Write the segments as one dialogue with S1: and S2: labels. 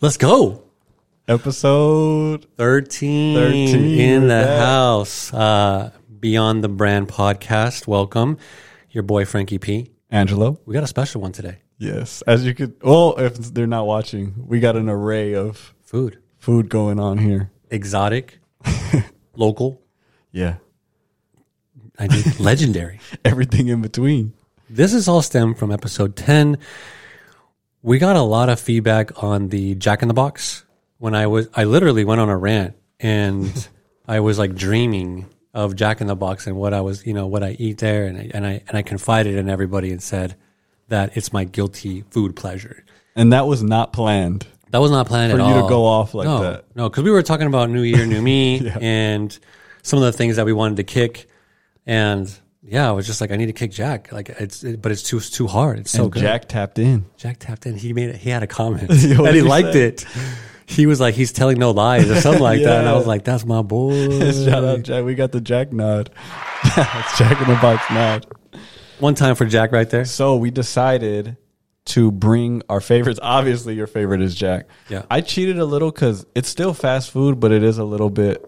S1: Let's go.
S2: Episode
S1: 13,
S2: 13,
S1: in the
S2: we're back.
S1: house. Uh, Beyond the Brand podcast. Welcome. Your boy, Frankie P.
S2: Angelo.
S1: We got a special one today
S2: Yes, as you could. Well, if they're not watching, we got an array of
S1: food,
S2: food going on here.
S1: exotic, local,
S2: Yeah,
S1: I think legendary.
S2: everything in between.
S1: This is all stemmed from episode 10. We got a lot of feedback on the Jack in the Box when I was, I literally went on a rant and I was like dreaming of Jack in the Box and what I was, you know, what I eat there. And I, and I, and I confided in everybody and said that it's my guilty food pleasure.
S2: And that was not planned.
S1: That was not planned
S2: For
S1: at
S2: you to
S1: all.
S2: go off like
S1: no,
S2: that.
S1: No, because we were talking about New Year, New Me, and some of the things that we wanted to kick. And yeah, I was just like, I need to kick Jack. Like it's, it, but it's too, it's too hard. It's so
S2: and
S1: good.
S2: Jack tapped in.
S1: Jack tapped in. He made it. He had a comment
S2: Yo,
S1: and he
S2: what'd he
S1: liked
S2: say?
S1: it. He was like, he's telling no lies or something like that. And I
S2: Yeah.
S1: was like, that's my boy.
S2: Shout out, Jack. We got the Jack nod. That's Jack in the box nod.
S1: One time for Jack right there.
S2: So we decided to bring our favorites. Obviously, your favorite is Jack.
S1: Yeah.
S2: I cheated a little because it's still fast food, but it is a little bit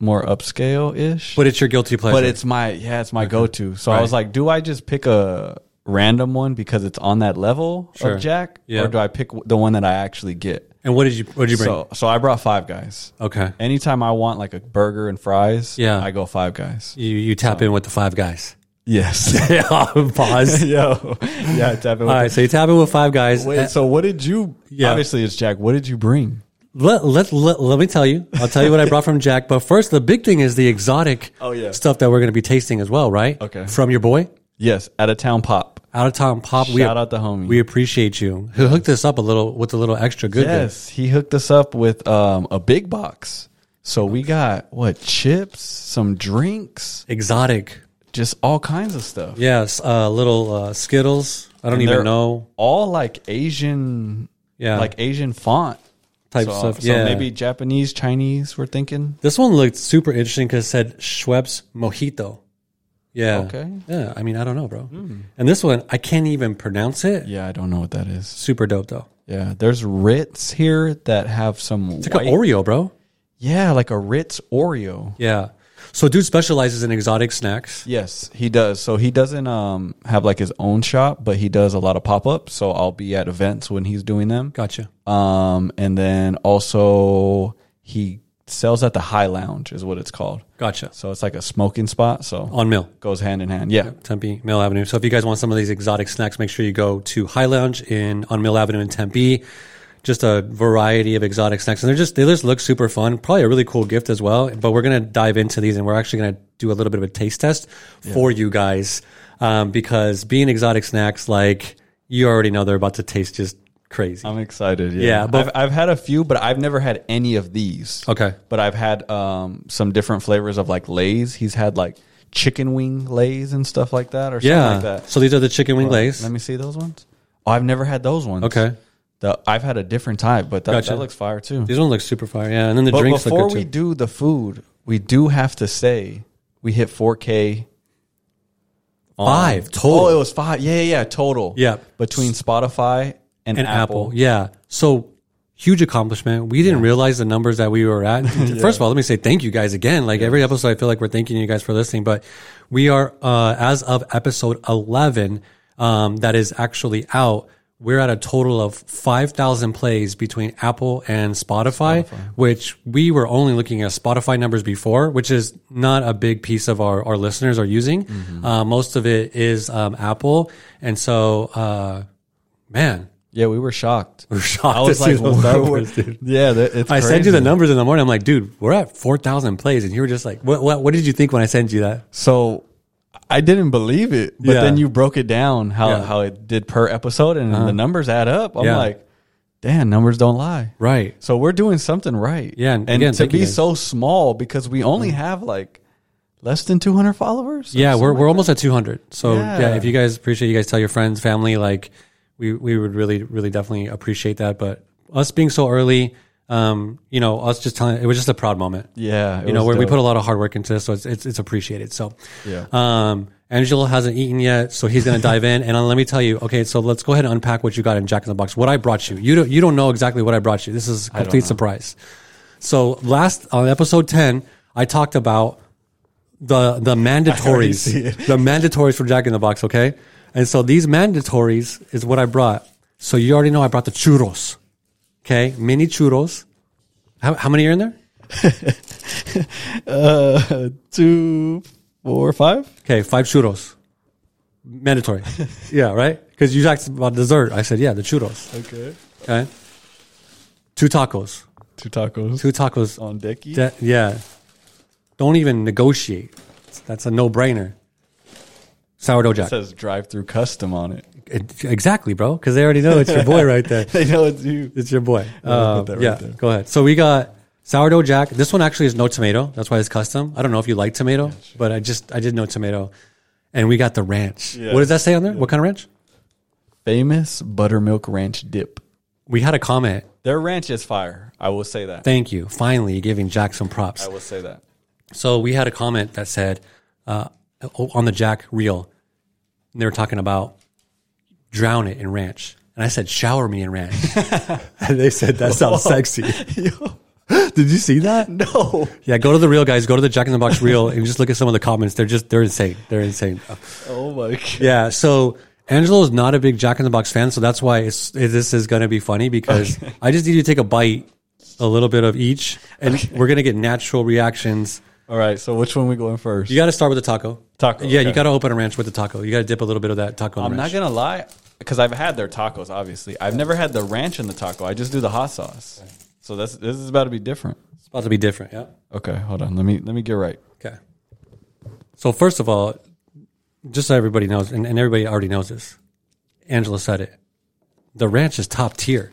S2: more upscale ish.
S1: But it's your guilty pleasure.
S2: but it's my yeah, it's my go to. So I was like, do I just pick a random one because it's on that level
S1: Sure.
S2: of Jack,
S1: Yeah.
S2: or do I pick the one that I actually get?
S1: and what did you, what did you bring?
S2: So so I brought Five Guys.
S1: okay.
S2: Anytime I want like a burger and fries,
S1: Yeah.
S2: I go Five Guys.
S1: You, you tap in with the five guys.
S2: Yes,
S1: Yeah. Pause.
S2: yo, yeah, tap in.
S1: All
S2: With
S1: right. So you tap in with five guys.
S2: Wait, so what did you?
S1: Yeah.
S2: Obviously, it's Jack. What did you bring?
S1: Let, let, let, let me tell you. I'll tell you what I brought from Jack. But first, the big thing is the exotic
S2: Oh, yeah.
S1: stuff that we're going to be tasting as well, right?
S2: Okay.
S1: From your boy,
S2: Yes, out of town pop.
S1: out of town pop. we,
S2: Shout out the homie.
S1: we appreciate you. Who hooked us up a little with a little extra good.
S2: yes, he hooked us up with um, a big box. So we got what chips, some drinks,
S1: Exotic.
S2: just all kinds of stuff.
S1: Yes. Uh, little uh, Skittles. I don't
S2: And
S1: even
S2: they're
S1: know.
S2: All like Asian,
S1: Yeah.
S2: like Asian font
S1: type
S2: so,
S1: stuff.
S2: So
S1: yeah.
S2: maybe Japanese, Chinese. We're thinking.
S1: This one looked super interesting because it said Schweppes Mojito. Yeah.
S2: Okay. Hmm.
S1: Yeah. I mean, I don't know, bro. And this one, I can't even pronounce it.
S2: Yeah, I don't know what that is.
S1: Super dope, though.
S2: Yeah, there's Ritz here that have some.
S1: It's like
S2: white-
S1: an Oreo, bro.
S2: yeah, like a Ritz Oreo.
S1: Yeah. So dude specializes in exotic snacks.
S2: Yes, he does. So he doesn't um have like his own shop, but he does a lot of pop ups. So I'll be at events when he's doing them.
S1: Gotcha.
S2: Um, and then also he sells at the High Lounge is what it's called.
S1: Gotcha.
S2: So it's like a smoking spot. So
S1: On Mill,
S2: goes hand in hand. Yeah,
S1: Tempe, Mill Avenue. So if you guys want some of these exotic snacks, make sure you go to High Lounge in on Mill Avenue in Tempe. Just a variety of exotic snacks. And they're just they just look super fun. Probably a really cool gift as well. But we're gonna dive into these and we're actually gonna do a little bit of a taste test for you guys. Um, because being exotic snacks, like you already know they're about to taste just crazy.
S2: I'm excited. Yeah,
S1: Yeah, but-
S2: I've, I've had a few, but I've never had any of these.
S1: Okay.
S2: but I've had um some different flavors of like Lay's. He's had like chicken wing Lay's and stuff like that, or
S1: yeah.
S2: something like that.
S1: So these are the chicken wing lays.
S2: Let me see those ones. Oh, I've never had those ones.
S1: Okay.
S2: The, I've had a different type, but that,
S1: Gotcha.
S2: that looks fire too.
S1: These one looks super fire. Yeah, and then the
S2: But
S1: drinks
S2: before
S1: look good
S2: we
S1: too.
S2: do the food, we do have to say we hit 4K. on-
S1: Five total.
S2: Oh, it was five. Yeah, yeah, yeah, total.
S1: Yeah.
S2: between Spotify and,
S1: and Apple.
S2: Apple.
S1: Yeah. So huge accomplishment. We didn't realize the numbers that we were at. First of all, let me say thank you guys again. Like every episode, I feel like we're thanking you guys for listening, but we are, uh, as of episode 11, um, that is actually out. We're at a total of 5,000 plays between Apple and Spotify, which we were only looking at Spotify numbers before, which is not a big piece of our, our listeners are using. Uh, most of it is um, Apple. And so, uh, man,
S2: Yeah, we were shocked.
S1: we're shocked
S2: I was
S1: to see
S2: like,
S1: those
S2: "What-
S1: numbers,
S2: what-
S1: dude.
S2: yeah, that, it's
S1: I sent you the
S2: crazy.
S1: numbers in the morning. I'm like, dude, we're at 4,000 plays. And you were just like, what, what, what did you think when I sent you that?
S2: So I didn't believe it, but
S1: Yeah.
S2: then you broke it down how
S1: Yeah. Uh-huh.
S2: how it did per episode, and the numbers add up. I'm
S1: Yeah.
S2: like, damn, numbers don't lie.
S1: Right.
S2: So we're doing something right.
S1: Yeah, and
S2: and,
S1: again,
S2: to
S1: thank you
S2: be
S1: guys. Mm-hmm.
S2: so small because we only have like less than 200 followers. or
S1: Yeah,
S2: something
S1: we're,
S2: like
S1: we're almost at 200. So, yeah.
S2: Yeah.
S1: if you guys appreciate, you guys tell your friends, family, like, we, we would really, really definitely appreciate that. But us being so early, um, you know, us just telling, it was just a proud moment.
S2: that. yeah.
S1: you know, where we put a lot of hard work into this, so it's, it's, it's appreciated. So,
S2: Yeah.
S1: um, Angelo hasn't eaten yet, so he's gonna dive in. And uh, let me tell you, okay, so let's go ahead and unpack what you got in Jack in the Box. What I brought you, you don't, you don't know exactly what I brought you. This is a complete surprise. So last on episode ten, I talked about the the mandatories, the mandatories for Jack in the Box. Okay, and so these mandatories is what I brought. So you already know I brought the churros. Okay, mini churros. How, how many are in there?
S2: Uh, two, four, five.
S1: Okay, five churros. Mandatory. yeah, right? Because you asked about dessert. I said, yeah, the churros.
S2: Okay.
S1: Okay. Two tacos.
S2: Two tacos.
S1: Two tacos.
S2: on decky.
S1: De- yeah. Don't even negotiate. That's a no brainer. Sourdough Jack.
S2: says drive through custom on it.
S1: It- exactly, bro. Because they already know it's your boy right there.
S2: They know it's you.
S1: It's your boy.
S2: gonna put
S1: Um,
S2: that
S1: yeah,
S2: right there.
S1: go ahead. So we got sourdough jack. This one actually is no tomato. That's why it's custom. I don't know if you like tomato, but I just I did no tomato. And we got the ranch.
S2: Yeah.
S1: What does that say on there? What kind of ranch?
S2: Famous buttermilk ranch dip.
S1: We had a comment.
S2: Their ranch is fire. I will say that.
S1: Thank you. Finally, you're giving Jack some props.
S2: I will say that.
S1: So we had a comment that said uh, on the Jack reel, and they were talking about drown it in ranch. And I said, shower me in ranch. and they said, that sounds sexy. Did you see that?
S2: No.
S1: Yeah, go to the reel, guys. Go to the Jack in the Box reel and just look at some of the comments. They're just, they're insane. They're insane.
S2: Oh my god.
S1: Yeah. So Angelo is not a big Jack in the Box fan. So that's why it's, it- this is going to be funny because I just need you to take a bite, a little bit of each, and we're going to get natural reactions.
S2: All right. So which one we going first?
S1: You got to start with the taco.
S2: Taco,
S1: Yeah, you
S2: okay.
S1: got to open a ranch with the taco. You got to dip a little bit of that taco. In
S2: I'm
S1: the
S2: not
S1: ranch.
S2: gonna lie, because I've had their tacos. Obviously, I've never had the ranch in the taco. I just do the hot sauce. So that's this is about to be different.
S1: It's about to be different. Yeah.
S2: Okay, hold on. Let me let me get right.
S1: Okay. So first of all, just so everybody knows, and, and everybody already knows this, Angela said it. The ranch is top tier.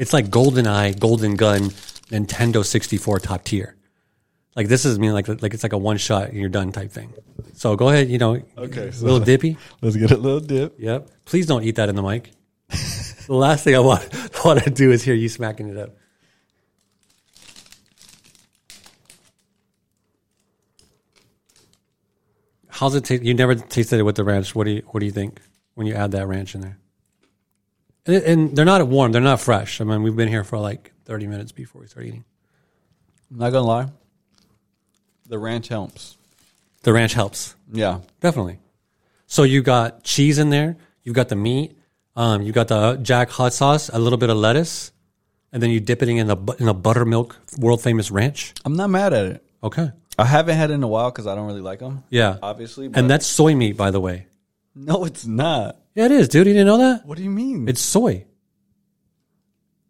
S1: It's like Golden Eye, Golden Gun, Nintendo 64 top tier. Like this is I mean like like it's like a one shot and you're done type thing. So go ahead, you know.
S2: Okay, so-
S1: little dippy.
S2: Let's get a little dip.
S1: Yep. Please don't eat that in the mic. the last thing I want, want to do is hear you smacking it up. How's it taste? You never tasted it with the ranch. What do you What do you think when you add that ranch in there? And, and they're not warm. They're not fresh. I mean, we've been here for like thirty minutes before we start eating.
S2: I'm not gonna lie. The ranch helps.
S1: The ranch helps.
S2: Yeah.
S1: Definitely. So you got cheese in there. You got the meat. Um, you got the Jack hot sauce, a little bit of lettuce, and then you dip it in the bu- in the buttermilk world famous ranch.
S2: I'm not mad at it.
S1: Okay.
S2: I haven't had it in a while because I don't really like them.
S1: Yeah.
S2: Obviously, but
S1: And that's soy meat, by the way.
S2: no, it's not.
S1: Yeah, it is, dude. You didn't know that?
S2: What do you mean?
S1: It's soy.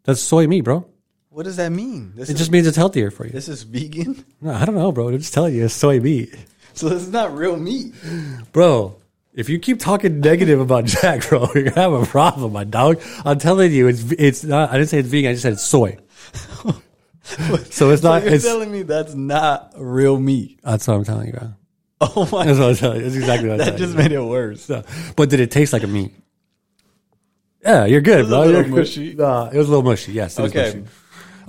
S1: That's soy meat, bro.
S2: what does that mean? This
S1: It
S2: is
S1: just means it's healthier for you.
S2: this is vegan,
S1: No, I don't know, bro. I'm just telling you, it's soy meat.
S2: so this is not real meat.
S1: Bro, if you keep talking negative about Jack, bro, you're gonna have a problem, my dog. I'm telling you, it's it's not. I didn't say it's vegan. I just said it's soy. so it's
S2: So
S1: not.
S2: you're
S1: It's,
S2: telling me that's not real meat.
S1: that's what I'm telling you, bro.
S2: Oh my!
S1: That's what I'm telling you. That's exactly what I'm
S2: That
S1: telling
S2: just made it worse.
S1: you. So- But did it taste like a meat? Yeah, you're good,
S2: was a
S1: bro.
S2: little
S1: You're good.
S2: mushy.
S1: Nah, it was a little mushy. Yes, it was
S2: Okay,
S1: mushy.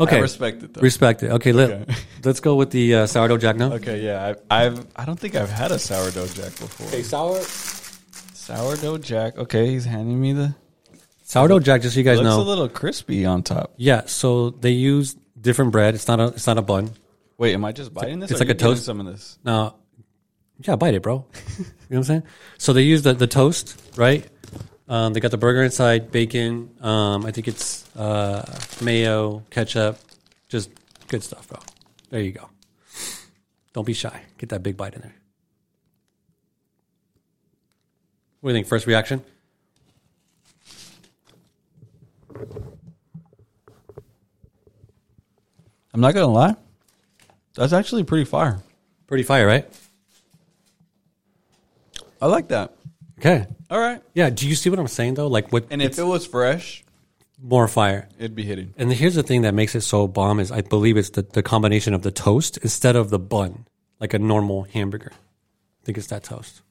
S1: Okay,
S2: I respect it though.
S1: Respect it. Okay, let, let's go with the uh, sourdough Jack now.
S2: okay, yeah, I, I've I don't think I've had a sourdough jack before.
S1: sour.
S2: Sourdough jack. Okay, he's handing me the.
S1: Sourdough Jack, just so you guys
S2: Looks
S1: know.
S2: a little crispy on top.
S1: yeah, so they use different bread. It's not a. It's not a bun.
S2: Wait, am I just biting this?
S1: It's
S2: or
S1: like a
S2: you
S1: toast.
S2: getting Some of this.
S1: Now, yeah, bite it, bro. you know what I'm saying? So they use the, the toast, right? Um, they got the burger inside, bacon. Um, I think it's uh, mayo, ketchup, just good stuff, bro. There you go. Don't be shy. Get that big bite in there. What do you think? First reaction?
S2: I'm not gonna lie. That's actually pretty fire.
S1: Pretty fire, right?
S2: I like that.
S1: Okay.
S2: All right.
S1: Yeah. Do you see what I'm saying though? Like, what
S2: And if it was fresh,
S1: more fire?
S2: it'd be hitting.
S1: And here's the thing that makes it so bomb is I believe it's the, the combination of the toast instead of the bun, like a normal hamburger. I think it's that toast.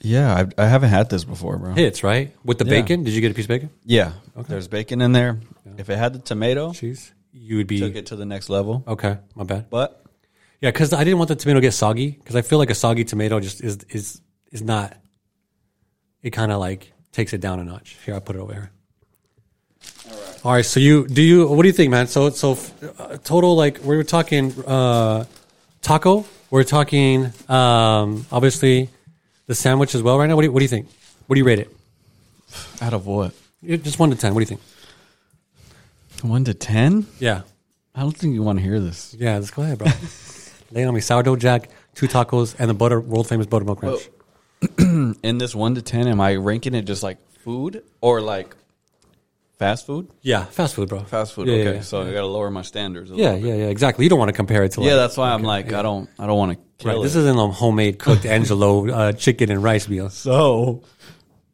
S2: Yeah, I, I haven't had this before, bro.
S1: Hits, right? With the
S2: Yeah.
S1: bacon. Did you get a piece of bacon?
S2: Yeah. There's bacon in there. If it had the tomato,
S1: Cheese. You would
S2: took
S1: be
S2: it to the next level.
S1: okay. My bad.
S2: But
S1: Yeah, because I didn't want the tomato to get soggy because I feel like a soggy tomato just is is is not it kind of like takes it down a notch. Here, I put it over here. All right. So you do you? What do you think, man? So so f- uh, total like we were talking uh, taco. We're talking um, obviously the sandwich as well right now. What do you, what do you think? What do you rate it?
S2: Out of what?
S1: You- Just one to ten. What do you think?
S2: One to ten?
S1: Yeah,
S2: I don't think you want to hear this.
S1: yeah. Let's go ahead, bro. Lay it on me sourdough jack, two tacos, and the butter world famous buttermilk ranch.
S2: In this one to ten, am I ranking it just like food or like fast food?
S1: Yeah, fast food, bro.
S2: Fast food.
S1: Yeah,
S2: okay,
S1: yeah,
S2: so I gotta lower my standards. A
S1: Yeah,
S2: little bit.
S1: yeah, yeah. Exactly. You don't want to compare it to like,
S2: yeah. That's why I'm like, I don't, I don't want to kill
S1: right,
S2: it.
S1: this isn't a homemade cooked Angelo uh, chicken and rice meal.
S2: So,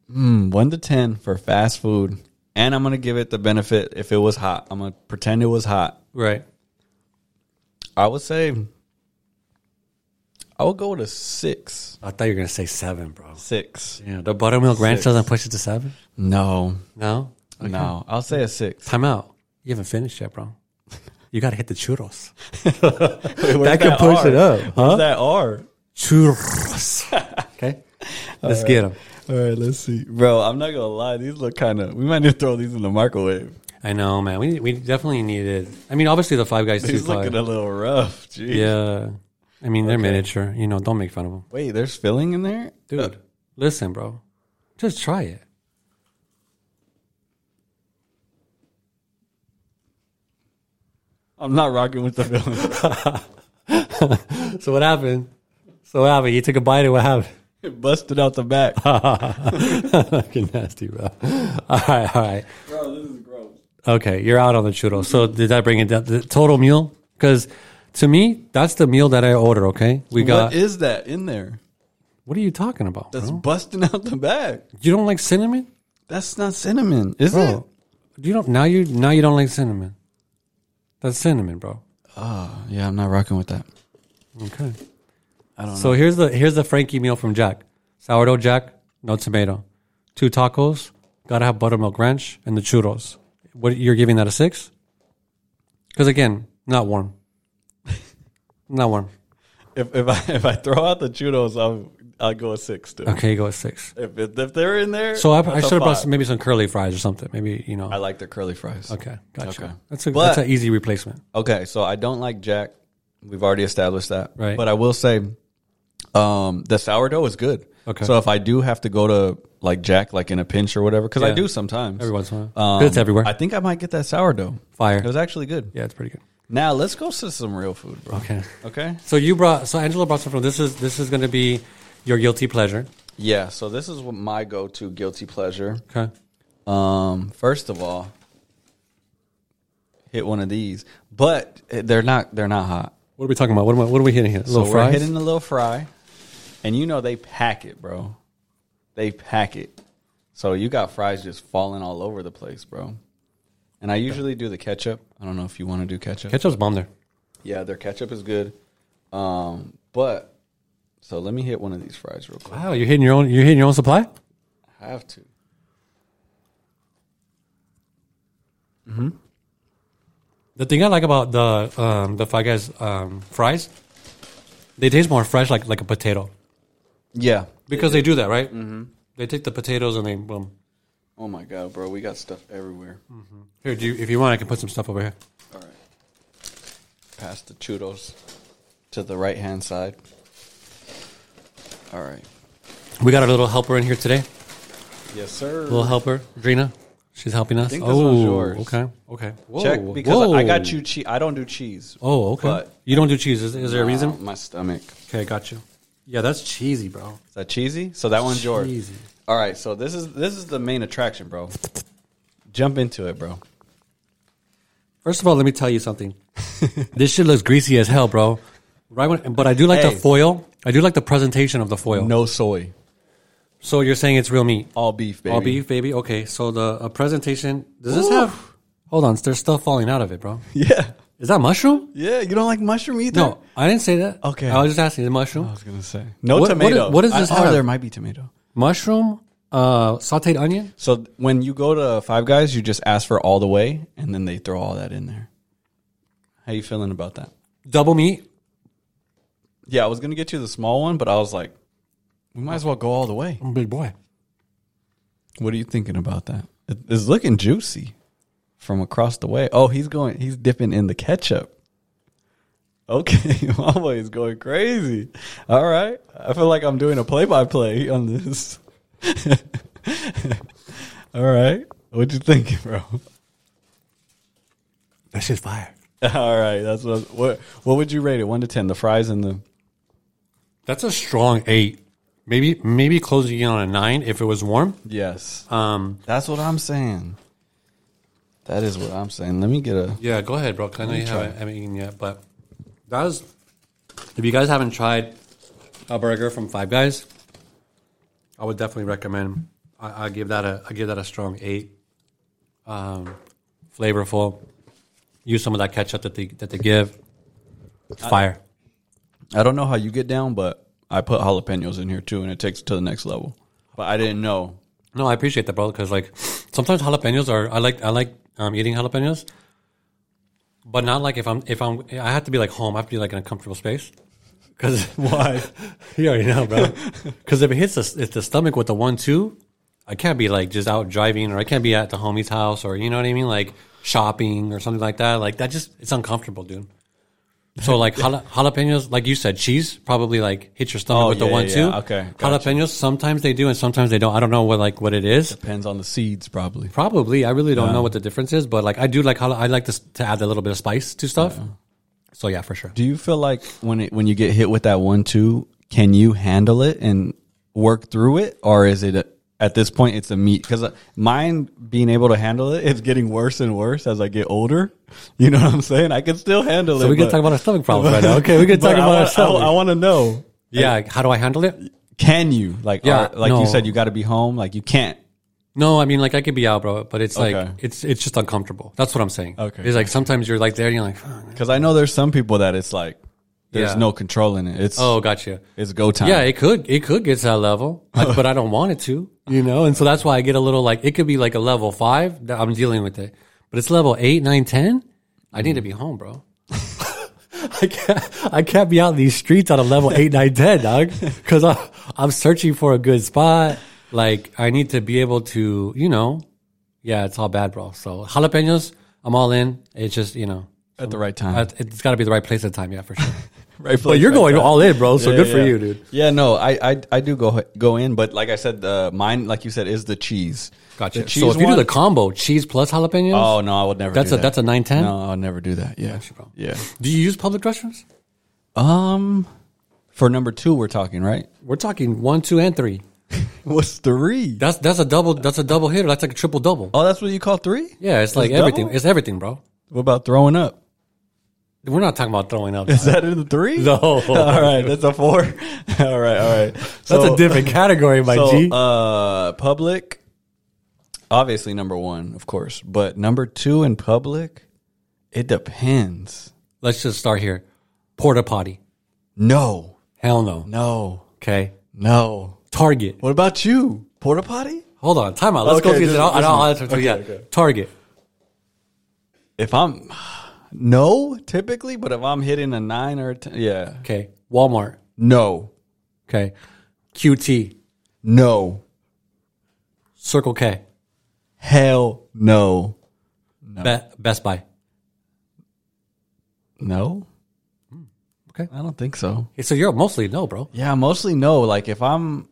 S2: mm, one to ten for fast food, and I'm gonna give it the benefit if it was hot. I'm gonna pretend it was hot.
S1: Right.
S2: I would say, I would go with a six.
S1: I thought you were gonna say seven, bro.
S2: Six.
S1: Yeah, the buttermilk ranch doesn't push it to seven.
S2: No,
S1: No,
S2: no. I'll say a six.
S1: time out. You haven't finished yet, bro. You gotta hit the churros.
S2: that
S1: could push it up, huh?
S2: Where's that R?
S1: Churros. Okay, let's get 'em. get them.
S2: All right, let's see, bro. I'm not gonna lie. These look kind of. We might need to throw these in the microwave.
S1: I know, man. We we definitely needed. I mean, obviously the Five Guys too.
S2: These looking a little rough. Jeez.
S1: Yeah, I mean they're miniature. You know, don't make fun of them,
S2: Wait, there's filling in there,
S1: dude. Listen, bro. Just try it.
S2: I'm not rocking with the filling,
S1: So what happened? So what happened? You took a bite, and what happened?
S2: It busted out the back.
S1: Fucking nasty, bro. All right, all right.
S2: Bro, this is gross.
S1: Okay, you're out on the churro. So did that bring it down? The total meal? Because to me, that's the meal that I order. Okay, we got.
S2: what is that in there?
S1: what are you talking about?
S2: That's
S1: bro?
S2: busting out the back.
S1: You don't like cinnamon?
S2: That's not cinnamon, is
S1: Bro, you don't. Now you now you don't like cinnamon. That's cinnamon, bro.
S2: it? Yeah, I'm not rocking with that.
S1: Okay.
S2: I don't
S1: so here's the here's the Frankie meal from Jack. Sourdough Jack, no tomato, two tacos. Gotta have buttermilk ranch and the churros. What you're giving that a six? Because again, not warm. not warm.
S2: If if I if I throw out the churros, I'll I'll go a six too.
S1: Okay, you go at six.
S2: If, if if they're in there,
S1: So I,
S2: that's
S1: I
S2: a
S1: should have brought
S2: five.
S1: some, maybe some curly fries or something. Maybe you know.
S2: I like the curly fries. Okay.
S1: okay, gotcha.
S2: Okay.
S1: That's a
S2: But-
S1: that's an easy replacement.
S2: so I don't like Jack. We've already established that.
S1: Right.
S2: But I will say, um, the sourdough is good.
S1: Okay.
S2: So if I do have to go to like Jack, like in a pinch or whatever, because I
S1: Yeah.
S2: do sometimes.
S1: Every once in a while,
S2: Um,
S1: 'Cause it's everywhere.
S2: I think I might get that sourdough. It
S1: Fire.
S2: was actually good.
S1: Yeah, it's pretty good.
S2: Now let's go to some real food, bro.
S1: Okay.
S2: Okay.
S1: So you brought so Angela brought some from this is this is going to be your guilty pleasure.
S2: Yeah. So this is what my go-to guilty pleasure.
S1: Okay.
S2: Um, first of all, hit one of these, but they're not they're not hot.
S1: What are we talking about? What am I, what are we hitting here?
S2: So
S1: Little
S2: we're
S1: fries.
S2: hitting a little fry, and you know they pack it, bro. They pack it. So you got fries just falling all over the place, bro. And I usually do the ketchup. I don't know if you want to do ketchup.
S1: Ketchup's bomb there.
S2: Yeah, their ketchup is good. Um, but so let me hit one of these fries real quick.
S1: Wow, you're hitting your own. You're hitting your own supply.
S2: I have to.
S1: The thing I like about the um, the Five Guys um, fries, they taste more fresh, like like a potato,
S2: Yeah.
S1: because they do that, right? Mm-hmm. They take the potatoes and they boom.
S2: Oh my god, bro, we got stuff everywhere.
S1: Here, do you, if you want, I can put some stuff over here.
S2: All right. Pass the Cheetos to the right hand side. All right.
S1: We got a little helper in here today.
S2: Yes, sir.
S1: Little helper, Drina. She's helping us.
S2: think this one's
S1: oh,
S2: yours.
S1: okay, okay. Whoa,
S2: Check because
S1: whoa.
S2: I got you. Che- I don't do cheese.
S1: Oh, okay.
S2: But-
S1: you don't do cheese. Is, is there a
S2: Uh,
S1: reason?
S2: my stomach.
S1: Okay, I got you. Yeah, that's cheesy, bro.
S2: Is that cheesy? So that one's yours.
S1: Cheesy.
S2: All right. So this is this is the main attraction, bro. Jump into it, bro.
S1: First of all, let me tell you something. this shit looks greasy as hell, bro. Right, when, but I do like
S2: Hey.
S1: the foil. I do like the presentation of the foil.
S2: No soy,
S1: So you're saying it's real meat?
S2: all beef, baby.
S1: All beef, baby. Okay, so the uh, presentation. Does this
S2: Ooh.
S1: have? Hold on, there's stuff falling out of it, bro.
S2: Yeah,
S1: Is that mushroom?
S2: yeah. You don't like mushroom either.
S1: No, I didn't say that.
S2: Okay. Uh.
S1: I was just asking. Is it mushroom?
S2: I was gonna say no
S1: What- what
S2: tomato.
S1: is- what does
S2: I-
S1: this
S2: oh,
S1: have?
S2: there might be tomato.
S1: Mushroom, uh, sautéed onion.
S2: So th- when you go to Five Guys, you just ask for all the way, and then they throw all that in there. How you feeling about that?
S1: double meat.
S2: Yeah, I was gonna get you the small one, but I was like, we might as well go all the way.
S1: I'm a big boy.
S2: What are you thinking about that? It- It's looking juicy from across the way. Oh, he's going. He's dipping in the ketchup. Okay, Mama is going crazy. All right, I feel like I'm doing a play-by-play on this. All right, what you thinking, bro?
S1: That shit's fire.
S2: All right, that's what. What, what would you rate it? One to ten. The fries and the
S1: That's a strong eight. Maybe maybe closing in on a nine if it was warm.
S2: yes.
S1: Um,
S2: That's what I'm saying. That is what I'm saying. Let me get a.
S1: yeah, go ahead, bro. 'cause I know you haven't, haven't eaten yet, but that was. If you guys haven't tried a burger from Five Guys, I would definitely recommend. I, I give that a I give that a strong eight. Um, flavorful. Use some of that ketchup that they that they give. It's fire.
S2: I don't know how you get down, but I put jalapenos in here too, and it takes it to the next level. But I didn't know.
S1: No, I appreciate that, bro. Because like sometimes jalapenos are I like I like um, eating jalapenos, but not like if I'm if I'm I have to be like home. I have to be like in a comfortable space. Because why? you already know, bro. Because if it hits the, if the stomach with the one two, I can't be like just out driving or I can't be at the homie's house or you know what I mean, like shopping or something like that. Like that just it's uncomfortable, dude. So like jala- jalapenos, like you said, cheese probably like hits your stomach
S2: Oh,
S1: with
S2: yeah,
S1: the one
S2: yeah,
S1: two.
S2: yeah. Okay, gotcha.
S1: jalapenos sometimes they do and sometimes they don't. I don't know what like what it is.
S2: Depends on the seeds, probably.
S1: Probably. I really don't know what the difference is, but like I do like how I like to, s- to add a little bit of spice to stuff. So yeah, for sure.
S2: Do you feel like when it, when you get hit with that one two, can you handle it and work through it, or is it a, at this point it's a meat? Because mine being able to handle it, it's getting worse and worse as I get older. You know what I'm saying? I can still handle it.
S1: So we can
S2: but-
S1: talk about our stomach problems right now. Okay, we can
S2: but
S1: talk
S2: I
S1: about
S2: wanna-
S1: our stomach.
S2: I, want to know.
S1: yeah, how do I handle it?
S2: Can you like
S1: Yeah,
S2: are- like
S1: no.
S2: you said you got to be home? Like you can't.
S1: No, I mean like I could be out, bro, but it's like
S2: Okay.
S1: it's it's just uncomfortable. That's what I'm saying.
S2: Okay.
S1: It's like sometimes you're like there, and you're like,
S2: Because I know there's some people that it's like there's
S1: Yeah.
S2: no control in it. It's
S1: oh, gotcha.
S2: it's go time.
S1: Yeah, it could it could get to that level, I- but I don't want it to, you know. And so that's why I get a little like it could be like a level five that I'm dealing with it, but it's level eight, nine, ten. I need to be home, bro. I can't I can't be out in these streets on a level eight, nine, ten, dog, because I'm, I'm searching for a good spot. Like I need to be able to, you know, yeah, it's all bad, bro. So jalapenos, I'm all in. It's just you know,
S2: at the right time.
S1: it's got to be the right place at the time, yeah, for sure.
S2: right
S1: But you're going all in, bro. So good for you, dude.
S2: Yeah, no, I, I I do go go in, but like I said, uh, mine, like you said, is the cheese.
S1: Gotcha.
S2: The cheese
S1: So if you do
S2: one-
S1: the combo, cheese plus jalapenos,
S2: oh no, I would never.
S1: that's
S2: do
S1: a
S2: that.
S1: that's a nine ten.
S2: no, I would never do that. Yeah,
S1: bro.
S2: yeah.
S1: Do you use public restrooms?
S2: Um, for number two, we're talking right.
S1: We're talking one, two, and three.
S2: What's three?
S1: That's that's a double. That's a double hitter. That's like a triple double.
S2: Oh, that's what you call three.
S1: Yeah, it's like
S2: double?
S1: everything. It's everything, bro.
S2: What about throwing up?
S1: We're not talking about throwing up.
S2: Is that in the three?
S1: No.
S2: all right, that's a four. all right, all right.
S1: That's a different category, my
S2: so,
S1: G.
S2: Uh, public, obviously number one, of course, but number two in public, it depends.
S1: Let's just start here. Porta potty.
S2: No,
S1: Hell no.
S2: no,
S1: Okay.
S2: no.
S1: Target.
S2: What about you? Porta potty?
S1: Hold on. Time out. Let's go
S2: Okay,
S1: through
S2: just-
S1: it. I'll,
S2: just
S1: I'll
S2: me.
S1: answer to
S2: Okay,
S1: yeah.
S2: okay.
S1: Target.
S2: If I'm no, typically, but if I'm hitting a nine or a ten, yeah,
S1: Okay. Walmart.
S2: no,
S1: Okay. QT.
S2: no,
S1: Circle K.
S2: hell no,
S1: Be- Best Buy.
S2: no.
S1: Okay.
S2: I don't think so.
S1: Okay, so you're mostly no, bro.
S2: Yeah, mostly no. Like if I'm,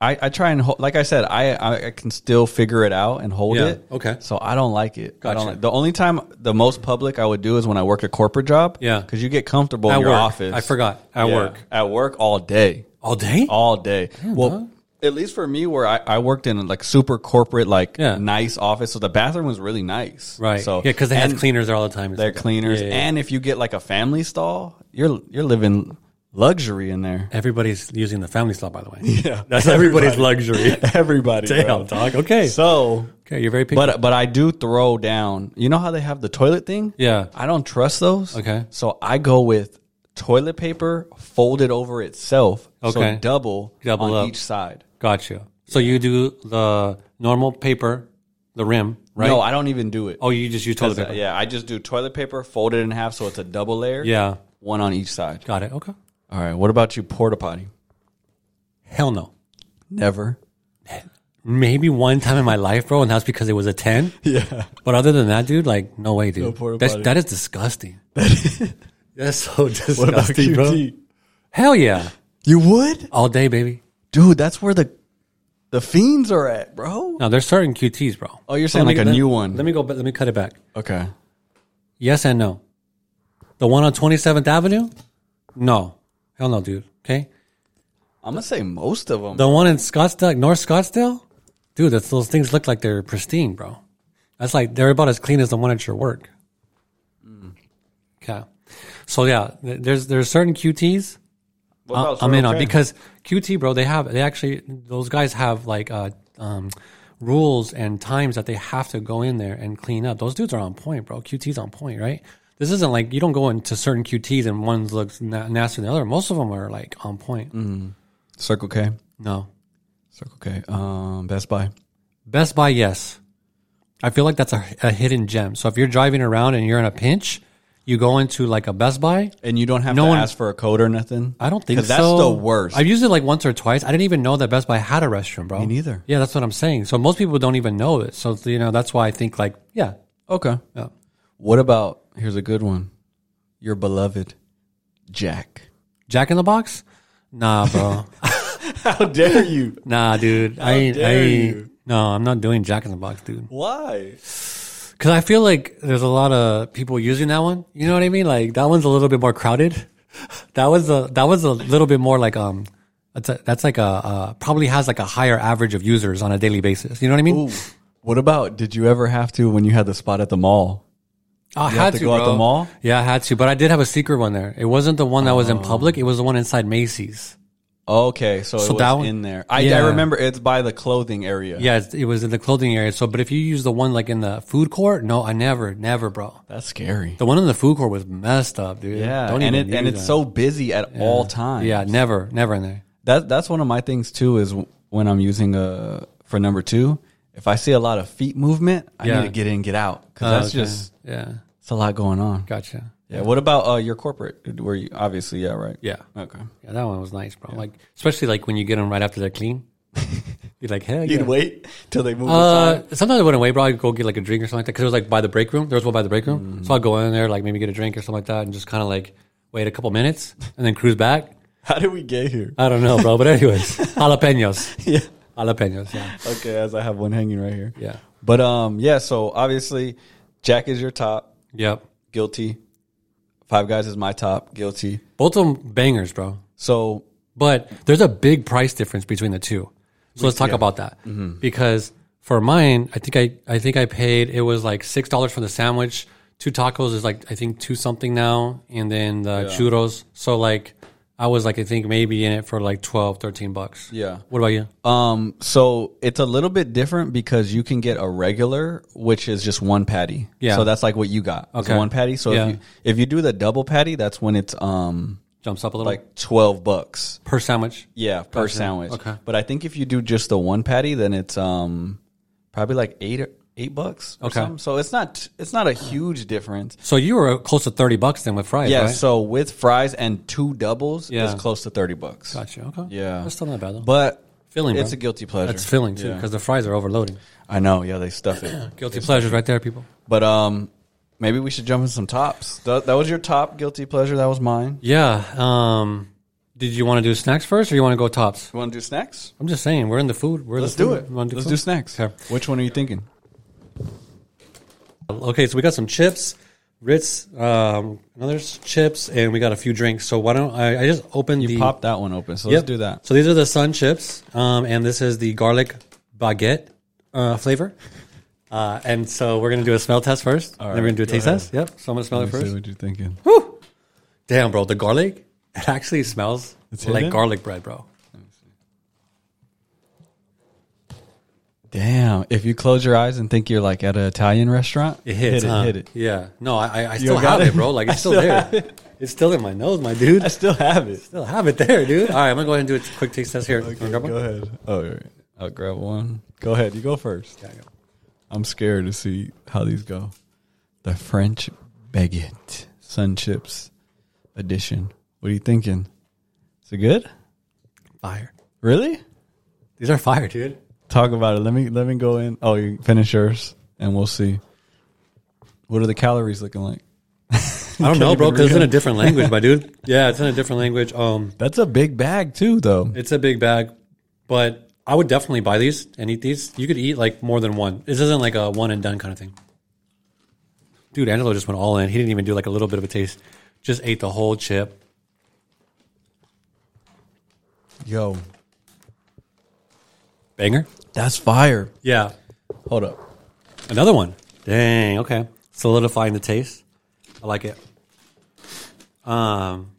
S2: I, I try and hold, like I said, I, I I can still figure it out and hold
S1: Yeah,
S2: it.
S1: okay.
S2: So I don't like it. I don't
S1: Gotcha.
S2: like, the only time the most public I would do is when I work a corporate job.
S1: Yeah.
S2: Because you get comfortable
S1: At
S2: in your
S1: work.
S2: office.
S1: I forgot. At
S2: Yeah,
S1: work.
S2: At work all day.
S1: All day?
S2: All day. well,
S1: dog.
S2: at least for me, where I, I worked in like super corporate, like
S1: Yeah.
S2: nice office. So the bathroom was really nice.
S1: right.
S2: So
S1: yeah, because they have
S2: and-
S1: cleaners there all the time.
S2: they're cleaners.
S1: Yeah, yeah, yeah.
S2: And if you get like a family stall, you're you're living luxury in there.
S1: Everybody's using the family slot, by the way.
S2: Yeah.
S1: That's everybody's luxury.
S2: Everybody.
S1: Damn,
S2: bro.
S1: dog. Okay.
S2: So,
S1: okay, you're very picky.
S2: but but I do throw down. You know how they have the toilet thing?
S1: yeah.
S2: I don't trust those.
S1: Okay.
S2: So I go with toilet paper folded over itself.
S1: Okay.
S2: So double,
S1: Double
S2: on
S1: up.
S2: each side.
S1: Gotcha. So you do the normal paper, the rim, right?
S2: No, I don't even do it.
S1: oh, you just use toilet paper.
S2: yeah, I just do toilet paper folded in half, so it's a double layer.
S1: Yeah.
S2: One on each side.
S1: Got it. Okay.
S2: All right. What about you, porta potty?
S1: Hell no.
S2: Never.
S1: maybe one time in my life, bro, and that's because it was a ten.
S2: Yeah.
S1: But other than that, dude, like no way, dude.
S2: No porta
S1: That's,
S2: potty.
S1: that is disgusting. That's so
S2: What about
S1: disgusting, bro.
S2: QT?
S1: Hell yeah,
S2: You would?
S1: all day, baby.
S2: Dude, that's where the the fiends are at, bro.
S1: Now there's certain QTs, bro.
S2: Oh, you're saying
S1: Let me-
S2: like a
S1: let-
S2: new one.
S1: Let me go. ba- Let me cut it back.
S2: Okay.
S1: Yes and no. The one on 27th Avenue? No. Hell no, dude. Okay.
S2: I'm gonna say most of them.
S1: The one in Scottsdale, North Scottsdale? Dude, that's, those things look like they're pristine, bro. That's like, they're about as clean as the one at your work.
S2: Mm.
S1: Okay. So yeah, th- there's, there's certain QTs
S2: What about
S1: I'm in on
S2: Circle K?
S1: uh, because QT, bro, they have, they actually, those guys have like, uh, um, rules and times that they have to go in there and clean up. Those dudes are on point, bro. QT's on point, right? This isn't like you don't go into certain QTs and one looks na- nastier than the other. Most of them are like on point.
S2: Mm-hmm. Circle K.
S1: No.
S2: Circle K. Um, Best Buy.
S1: Best Buy, yes. I feel like that's a, a hidden gem. So if you're driving around and you're in a pinch, you go into like a Best Buy.
S2: And you don't have
S1: No
S2: to
S1: one-
S2: ask for a code or nothing.
S1: I don't think so.
S2: Because that's the worst.
S1: I've used it like once or twice. I didn't even know that Best Buy had a restroom, bro. Me
S2: neither.
S1: Yeah, that's what I'm saying. So most people don't even know it. So you know that's why I think like yeah,
S2: okay.
S1: yeah.
S2: What about here's a good one. Your beloved Jack.
S1: Jack in the Box. Nah, bro.
S2: How dare you?
S1: nah, dude. I ain't. I
S2: dare
S1: ain't-
S2: you.
S1: No, I'm not doing Jack in the Box, dude.
S2: Why?
S1: Because I feel like there's a lot of people using that one. You know what I mean? Like that one's a little bit more crowded. That was a that was a little bit more like um, that's, a, that's like a uh, probably has like a higher average of users on a daily basis. You know what I mean?
S2: What about did you ever have to when you had the spot at the mall?
S1: Oh, I
S2: have to go out the mall?
S1: Yeah, I had to, but I did have a secret one there. It wasn't the one that was in public. It was the one inside Macy's.
S2: Okay, so, it was
S1: that one-
S2: in there. I,
S1: Yeah.
S2: I remember it's by the clothing area.
S1: Yeah, it's- it was in the clothing area. So, but if you use the one like in the food court, no, I never, never, bro.
S2: That's scary.
S1: The one in the food court was messed up, dude.
S2: Yeah,
S1: Don't
S2: and
S1: even
S2: it, and
S1: use
S2: it's
S1: that.
S2: so busy at all times.
S1: yeah, never, never in there.
S2: that that's one of my things too. Is w- when I'm using a for number two, if I see a lot of feet movement, I
S1: Yeah. Oh,
S2: need to get in, get out because that's just
S1: Yeah,
S2: it's a lot going on.
S1: gotcha.
S2: Yeah. What about uh, your corporate? Where you obviously yeah right.
S1: Yeah,
S2: Okay.
S1: yeah, that one was nice, bro. Like especially like when you get them right after they're clean, you're like, hell
S2: You'd
S1: yeah.
S2: wait till they move.
S1: Uh, sometimes I went away, bro. I'd go get like a drink or something like that because it was like by the break room. There was one by the break
S2: Mm-hmm.
S1: room, so I'd go in there, like maybe get a drink or something like that, and just kind of like wait a couple minutes and then cruise back.
S2: How did we get here?
S1: I don't know, bro. But anyways, jalapenos,
S2: yeah.
S1: jalapenos, yeah,
S2: Okay, as I have one hanging right here.
S1: yeah,
S2: But um, yeah. So obviously, Jack is your top.
S1: yep.
S2: Guilty. Five Guys is my top. Guilty.
S1: Both of them bangers, bro.
S2: So
S1: But there's a big price difference between the two. So let's talk about that
S2: Mm-hmm.
S1: because for mine, I think I I think I paid it was like six dollars for the sandwich. Two tacos is like I think two something now, and then the churros. So like I was like I think maybe in it for like 12, 13 bucks.
S2: Yeah.
S1: What about you?
S2: Um, so it's a little bit different because you can get a regular, which is just one patty.
S1: Yeah.
S2: So that's like what you got. It's
S1: Okay.
S2: one patty. So
S1: Yeah.
S2: if you if you do the double patty, that's when it's um
S1: Jumps up a little
S2: like twelve bucks.
S1: per sandwich.
S2: Yeah, per sandwich.
S1: Okay.
S2: But I think if you do just the one patty, then it's um probably like eight or eight bucks. Or
S1: Okay.
S2: something. So it's not it's not a huge difference.
S1: So you were close to thirty bucks then with fries,
S2: Yeah.
S1: right?
S2: So with fries and two doubles,
S1: Yeah.
S2: it's close to thirty bucks.
S1: Gotcha. Okay.
S2: Yeah.
S1: That's still not bad though. But
S2: But
S1: Filling,
S2: it's
S1: bro.
S2: a guilty pleasure.
S1: it's filling too because the fries are overloading.
S2: I know. Yeah, they stuff it.
S1: Guilty pleasures right there, people.
S2: But um, maybe we should jump in some tops. That, that was your top guilty pleasure. That was mine.
S1: Yeah. Um, did you want to do snacks first, or you want to go tops?
S2: You want to do snacks?
S1: I'm just saying, we're in the food. We're in
S2: Let's
S1: the
S2: do
S1: food.
S2: it.
S1: You wanna
S2: Let's
S1: food?
S2: do snacks.
S1: Okay.
S2: Which one are you thinking?
S1: Okay, so we got some chips, Ritz, um, another s- chips, and we got a few drinks. So why don't I? I just opened the
S2: Pop that one open. So
S1: Yep.
S2: let's do that.
S1: So these are the sun chips, um, and this is the garlic baguette uh, flavor. Uh, and so we're gonna do a smell test first. and then we're
S2: right,
S1: gonna do a
S2: go
S1: taste
S2: ahead.
S1: test. Yep. So I'm gonna smell it first.
S2: what you're thinking.
S1: Damn, bro, the garlic it actually smells
S2: hidden?
S1: like garlic bread, bro.
S2: Damn! If you close your eyes and think you're like at an Italian restaurant,
S1: It hits.
S2: Hit it,
S1: huh?
S2: hit it.
S1: Yeah. No, I, I, I still
S2: got
S1: have it,
S2: it?
S1: bro. Like it's
S2: I
S1: still,
S2: still
S1: there.
S2: have it.
S1: It's still in my nose, my dude.
S2: I still have it.
S1: still have it there, dude. All right, I'm gonna go ahead and do a quick taste test here. Wanna grab one?
S2: Go ahead. Oh, all right. I'll grab one. Go ahead. You go first.
S1: Yeah, I got one.
S2: I'm scared to see how these go. The French baguette sun chips edition. What are you thinking? Is it good?
S1: Fire.
S2: Really?
S1: These are fire, dude.
S2: Talk about it. Let me let me go in. Oh, you finish yours, and we'll see. What are the calories looking like?
S1: I don't know,
S2: Can't
S1: bro,
S2: even
S1: because it's
S2: read
S1: in a
S2: it.
S1: different language, my dude. Yeah, it's in a different language. Um,
S2: That's a big bag too, though.
S1: it's a big bag, but I would definitely buy these and eat these. You could eat like more than one. This isn't like a one and done kind of thing. Dude, Angelo just went all in. He didn't even do like a little bit of a taste. Just ate the whole chip.
S2: Yo,
S1: Banger.
S2: that's fire.
S1: Yeah.
S2: Hold up.
S1: Another one. Dang. Okay. Solidifying the taste. I like it. Um.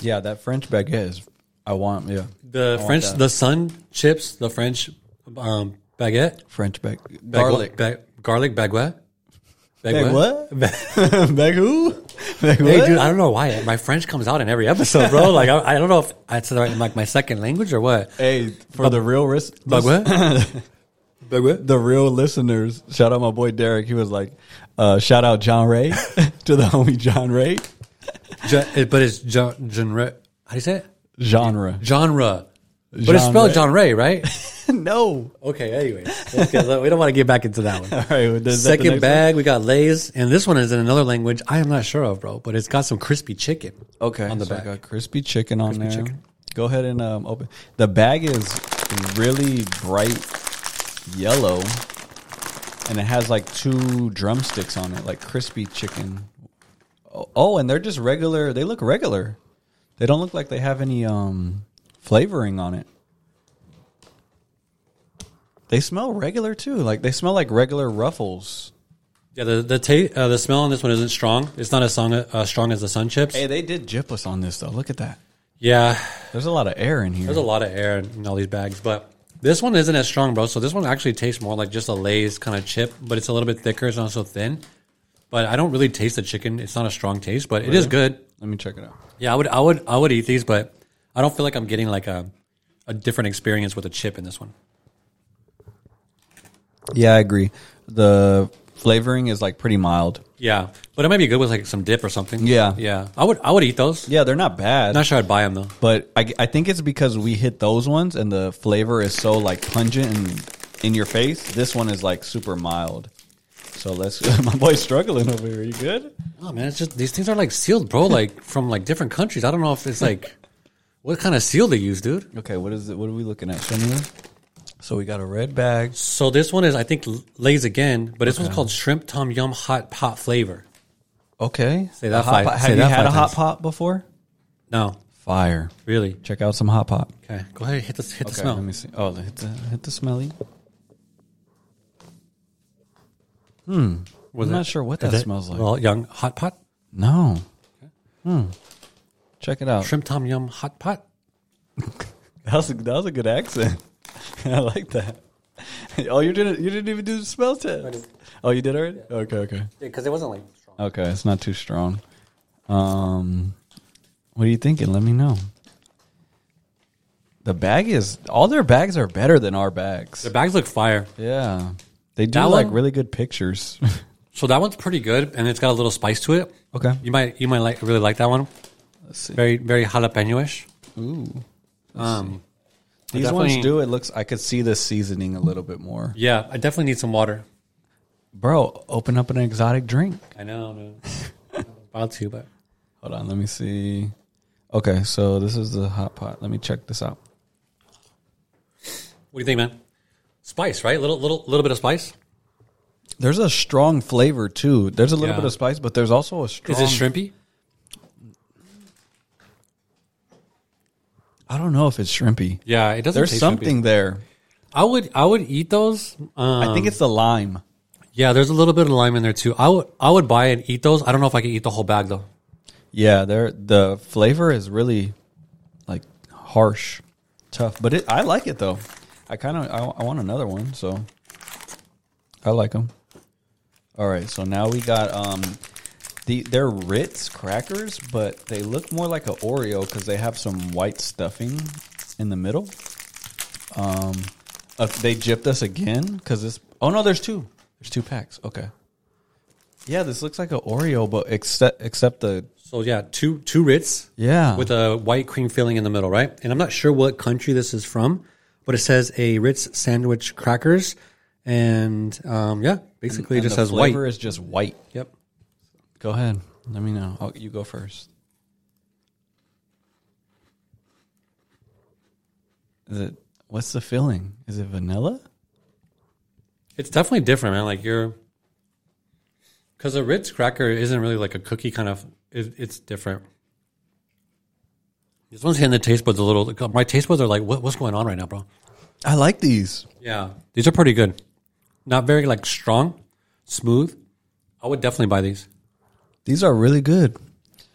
S2: Yeah, that French baguette is. I want. Yeah,
S1: The
S2: want
S1: French,
S2: that.
S1: the sun chips, the French um, baguette,
S2: French bag
S1: Bagua- ba- garlic baguette,
S2: Bag what? bag who? Bag what?
S1: Hey, dude, I don't know why my French comes out in every episode, bro. Like, I, I don't know if it's like like my second language or what.
S2: Hey, for the real risk.
S1: Baguette, baguette.
S2: the real listeners, shout out my boy Derek. He was like, uh, shout out John Ray to the homie John Ray.
S1: Ja- it- but it's gen- genre. How do you say it?
S2: Genre.
S1: Genre. But it's
S2: Genre.
S1: spelled genre, right?
S2: no.
S1: Okay. Anyway, Let's get- we don't want to get back into that one.
S2: All right. well, is that the
S1: Second
S2: next
S1: bag, we got Lay's, and this one is in another language I am not sure of, bro. But it's got some crispy chicken.
S2: one? Okay.
S1: on the
S2: so I
S1: back.
S2: got crispy chicken on there.
S1: chicken.
S2: Go ahead and um, open. The bag is really bright yellow and it has like two drumsticks on it, like crispy chicken. Oh, oh, and they're just regular. They look regular. They don't look like they have any um, flavoring on it. They smell regular too. Like they smell like regular ruffles.
S1: Yeah, the the ta- uh, the smell on this one isn't strong. It's not as strong, uh, strong as the sun chips.
S2: Hey, they did jip us on this though. Look at that.
S1: Yeah,
S2: There's a lot of air in here.
S1: there's a lot of air in, in all these bags, but this one isn't as strong, bro. So this one actually tastes more like just a Lay's kind of chip, but it's a little bit thicker. It's not so thin. But I don't really taste the chicken. It's not a strong taste, but it is good.
S2: Let me check it out.
S1: Yeah, I would I would I would eat these, but I don't feel like I'm getting like a a different experience with a chip in this one.
S2: Yeah, I agree. The flavoring is like pretty mild.
S1: Yeah, but it might be good with like some dip or something.
S2: Yeah.
S1: yeah. I would I would eat those.
S2: Yeah, they're not bad.
S1: Not sure I'd buy them though.
S2: But I, I think it's because we hit those ones and the flavor is so like pungent and in your face. This one is like super mild. So let's. My boy's struggling over here. You good?
S1: Oh man, it's just these things are like sealed, bro. Like from like different countries. I don't know if it's like what kind of seal they use, dude.
S2: Okay. What is it? What are we looking at? Show me that. So we got a red bag.
S1: So this one is I think Lay's again, but this one's called shrimp tom yum hot pot flavor.
S2: Okay.
S1: Say that
S2: A hot
S1: five-
S2: pot-
S1: say
S2: Have you
S1: that
S2: had
S1: five
S2: a hot
S1: times.
S2: pot before?
S1: No,
S2: Fire.
S1: really.
S2: Check out some hot pot.
S1: Okay, go ahead, hit the hit the
S2: Okay.
S1: smell.
S2: Let me see. Oh, hit the hit the smelly.
S1: Was
S2: I'm
S1: it-
S2: not sure what
S1: is
S2: that
S1: it
S2: smells like.
S1: Well, young hot pot
S2: No. Hmm. Check it out.
S1: shrimp tom yum hot pot.
S2: That was a, that was a good accent. I like that. Oh, you didn't you didn't even do the smell test. Oh, you did already. Okay, okay,
S1: Yeah, because it wasn't like strong.
S2: okay. It's not too strong. Um, what are you thinking? Let me know. The bag is all their bags are better than our bags.
S1: The bags look fire.
S2: Yeah, they do
S1: That
S2: like
S1: one?
S2: really good pictures.
S1: So that one's pretty good, and it's got a little spice to it.
S2: okay,
S1: You might you might like really like that one.
S2: let's see.
S1: Very very jalapeno-ish.
S2: Ooh,
S1: Um, I
S2: these ones
S1: definitely-
S2: do. It looks. I could see the seasoning a little bit more.
S1: Yeah, I definitely need some water.
S2: Bro, open up an exotic drink.
S1: I know. dude. I was about to, but
S2: Hold on, let me see. Okay, so this is the hot pot. Let me check this out.
S1: what do you think, man? Spice, right? Little little little bit of spice.
S2: There's a strong flavor too. There's a little
S1: Yeah.
S2: bit of spice, but there's also a strong.
S1: Is it shrimpy?
S2: I don't know if it's shrimpy.
S1: Yeah, it doesn't.
S2: There's
S1: taste
S2: something
S1: shrimpy.
S2: there.
S1: I would I would eat those. Um,
S2: I think it's the lime.
S1: yeah. There's a little bit of lime in there too. I would I would buy and eat those. I don't know if I could eat the whole bag though.
S2: Yeah, there. The flavor is really like harsh, tough. But it, I like it though. I kind of I, I want another one, so I like them. All right, so now we got um, the they're Ritz crackers, but they look more like an Oreo because they have some white stuffing in the middle. Um, uh, they gypped us again because this. Oh no, there's two. There's two packs. Okay. Yeah, this looks like an Oreo, but except except the
S1: So yeah, two two Ritz
S2: yeah
S1: with a white cream filling in the middle, right? And I'm not sure what country this is from, but it says a Ritz sandwich crackers, and um, yeah, basically
S2: And
S1: it just
S2: the
S1: says
S2: flavor
S1: white.
S2: is just white.
S1: Yep.
S2: Go ahead. Let me know. I'll, you go first. Is it what's the filling? Is it vanilla?
S1: It's definitely different, man. Like you're, because a Ritz cracker isn't really like a cookie kind of. It, it's different. This one's hitting the taste buds a little. My taste buds are like, what, what's going on right now, bro?
S2: I like these.
S1: Yeah, these are pretty good. Not very like strong, smooth. I would definitely buy these.
S2: These are really good.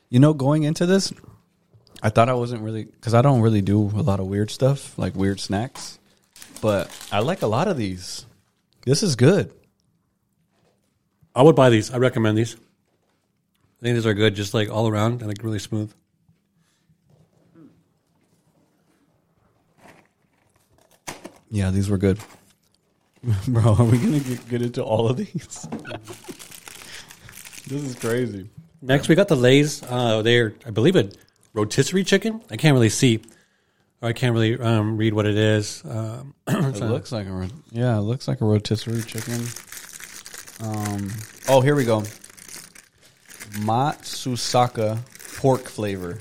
S2: You know, going into this, I thought I wasn't really because I don't really do a lot of weird stuff like weird snacks, but I like a lot of these. This is good.
S1: I would buy these. I recommend these. I think these are good, just like all around and like really smooth.
S2: Yeah, these were good. Bro, are we gonna get, get into all of these? this is crazy.
S1: Next, we got the Lay's. Uh, they're, I believe, a rotisserie chicken. I can't really see, or I can't really um, read what it is. Um,
S2: It looks like a ro- yeah, it looks like a rotisserie chicken. Um, oh, here we go. Matsusaka pork flavor.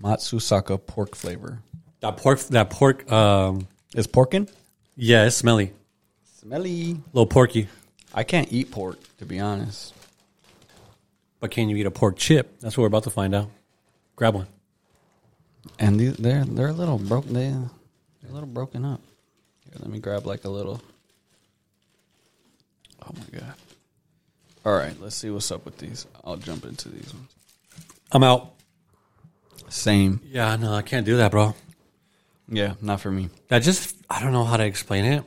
S2: Matsusaka pork flavor.
S1: that pork, that pork, um,
S2: Is porkin?
S1: yeah, it's smelly,
S2: Smelly.
S1: a little porky.
S2: I can't eat pork to be honest.
S1: But can you eat a pork chip? That's what we're about to find out. Grab one.
S2: And these, they're they're a little broken. They, they're a little broken up. Here, let me grab like a little. Oh my god! All right, let's see what's up with these. I'll jump into these ones.
S1: I'm out.
S2: Same.
S1: Yeah, no, I can't do that, bro.
S2: Yeah, not for me.
S1: That just, I don't know how to explain it,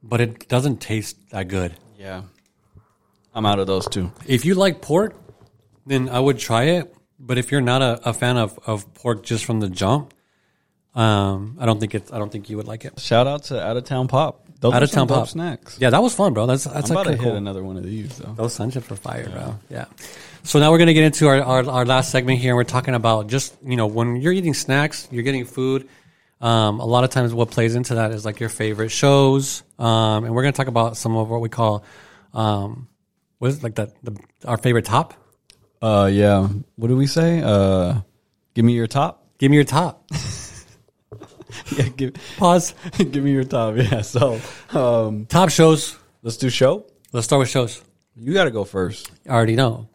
S1: but it doesn't taste that good.
S2: Yeah, I'm out of those two.
S1: If you like pork, then I would try it. But if you're not a, a fan of, of pork just from the jump, um, I don't think it's I don't think you would like it.
S2: Shout out to Out of Town Pop. Those
S1: Out
S2: are
S1: of
S2: some
S1: town
S2: dope
S1: pop
S2: snacks.
S1: Yeah, that was fun, bro. That's that's
S2: I'm about to
S1: like
S2: hit
S1: cool.
S2: another one of these though.
S1: Those sunships are fire, bro. Yeah. So now we're gonna get into our, our, our last segment here. We're talking about just you know when you're eating snacks, you're getting food. Um, a lot of times, what plays into that is like your favorite shows, um, and we're gonna talk about some of what we call, um, what is it, like the, the our favorite top.
S2: Uh, yeah. What do we say? Uh, give me your top.
S1: Give me your top.
S2: yeah, give
S1: Pause.
S2: give me your top. Yeah. So, um,
S1: top shows.
S2: let's do show.
S1: Let's start with shows.
S2: You got to go first.
S1: I already know.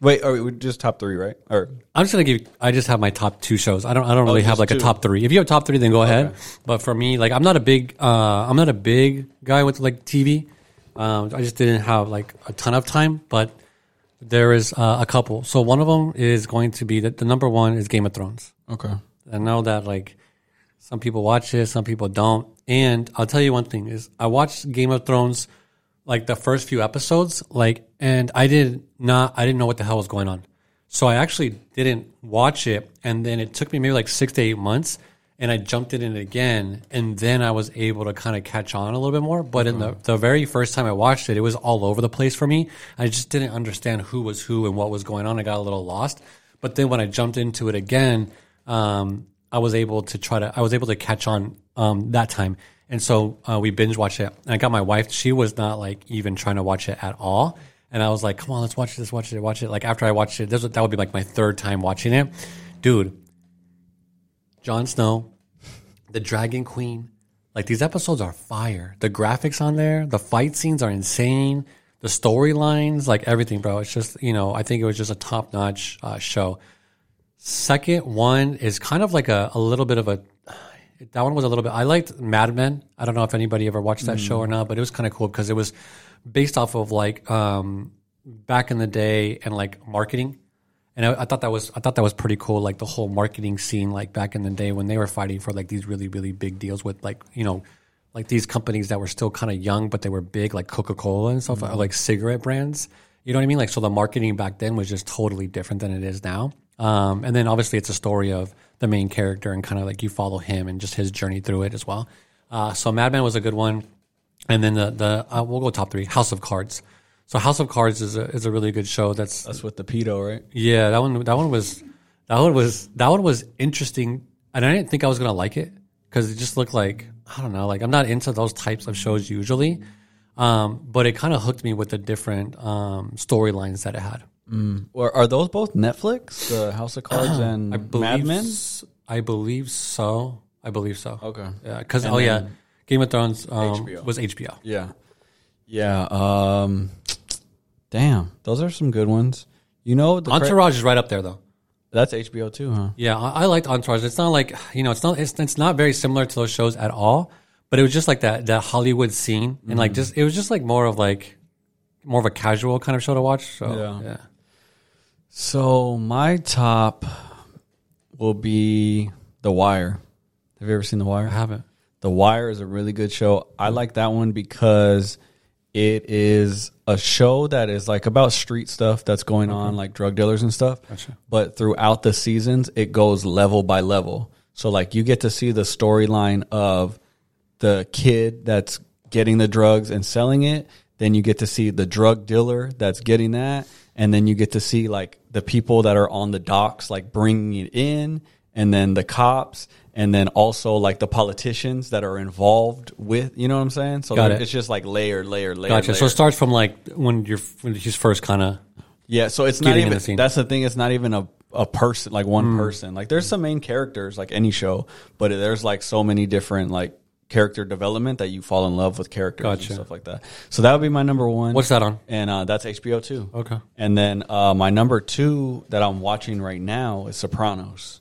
S2: Wait, are we just top three, right? Or
S1: I'm just gonna give. I just have my top two shows. I don't. I don't really have
S2: Oh,
S1: like
S2: just
S1: a
S2: two.
S1: top three. If you have top three, then go ahead. But for me, like I'm not a big. Uh, I'm not a big guy with like TV. Um, I just didn't have like a ton of time, but there is uh, a couple. So one of them is going to be that the number one is Game of Thrones.
S2: okay,
S1: I know that like some people watch it, some people don't. And I'll tell you one thing is I watched Game of Thrones like the first few episodes, like and I did not I didn't know what the hell was going on. So I actually didn't watch it and then it took me maybe like six to eight months and I jumped in it again and then I was able to kind of catch on a little bit more. But in the, the very first time I watched it, it was all over the place for me. I just didn't understand who was who and what was going on. I got a little lost. But then when I jumped into it again, um, I was able to try to I was able to catch on um, that time, and so uh, we binge watched it. And I got my wife; she was not like even trying to watch it at all. And I was like, "Come on, let's watch this, watch it, watch it." Like after I watched it, this, was- that would be like my third time watching it, dude. Jon Snow, the Dragon Queen, like these episodes are fire. The graphics on there, the fight scenes are insane. The storylines, like everything, bro. It's just you know, I think it was just a top notch uh, show. Second one is kind of like a, a little bit of a that one was a little bit I liked Mad Men. I don't know if anybody ever watched that show or not, but it was kind of cool because it was based off of like um, back in the day and like marketing. And I, I thought that was I thought that was pretty cool, like the whole marketing scene, like back in the day when they were fighting for like these really really big deals with like you know like these companies that were still kind of young but they were big, like Coca Cola and stuff, or like cigarette brands. You know what I mean? Like so, the marketing back then was just totally different than it is now. Um, and then obviously it's a story of the main character and kind of like you follow him and just his journey through it as well. Uh, so Mad Men was a good one, and then the the uh, we'll go top three House of Cards. So House of Cards is a is a really good show. That's
S2: that's with the pedo, right?
S1: yeah, that one that one was that one was that one was interesting, and I didn't think I was gonna like it. because it just looked like I don't know. Like I'm not into those types of shows usually, um, but it kind of hooked me with the different um, storylines that it had.
S2: Or are those both Netflix? The House of Cards and Mad
S1: believe
S2: Men.
S1: s- I believe so. I believe so.
S2: Okay.
S1: Yeah, because oh yeah, Game of Thrones um,
S2: HBO.
S1: was HBO.
S2: Yeah. Yeah. Um, damn, those are some good ones. You know, the cra-
S1: Entourage is right up there though.
S2: that's HBO too, huh?
S1: Yeah, I, I liked Entourage. It's not like you know, it's not it's, it's not very similar to those shows at all. But it was just like that that Hollywood scene, and like just it was just like more of like more of a casual kind of show to watch. So
S2: Yeah.
S1: yeah,
S2: So my top will be The Wire. Have you ever seen The
S1: I
S2: Wire?
S1: haven't.
S2: The Wire is a really good show. I like that one because it is a show that is like about street stuff that's going on, like drug dealers and stuff. But throughout the seasons, it goes level by level. So, like, you get to see the storyline of the kid that's getting the drugs and selling it. Then you get to see the drug dealer that's getting that. And then you get to see like the people that are on the docks, like bringing it in. And then the cops. And then also like the politicians that are involved with, you know what I'm saying? So
S1: Got it.
S2: it's just like layer, layer, layer.
S1: Gotcha. So
S2: layer.
S1: it starts from like when you're when he's first kind of
S2: Yeah, so it's not
S1: Getting in
S2: even.
S1: the scene. Mm.
S2: that's the thing. It's not even a a person like one person. Like there's some main characters like any show, but there's like so many different like character development that you fall in love with characters
S1: Gotcha.
S2: and stuff like that. So that would be my number one.
S1: What's that on?
S2: And uh, that's HBO too.
S1: Okay.
S2: And then uh, my number two that I'm watching right now is Sopranos.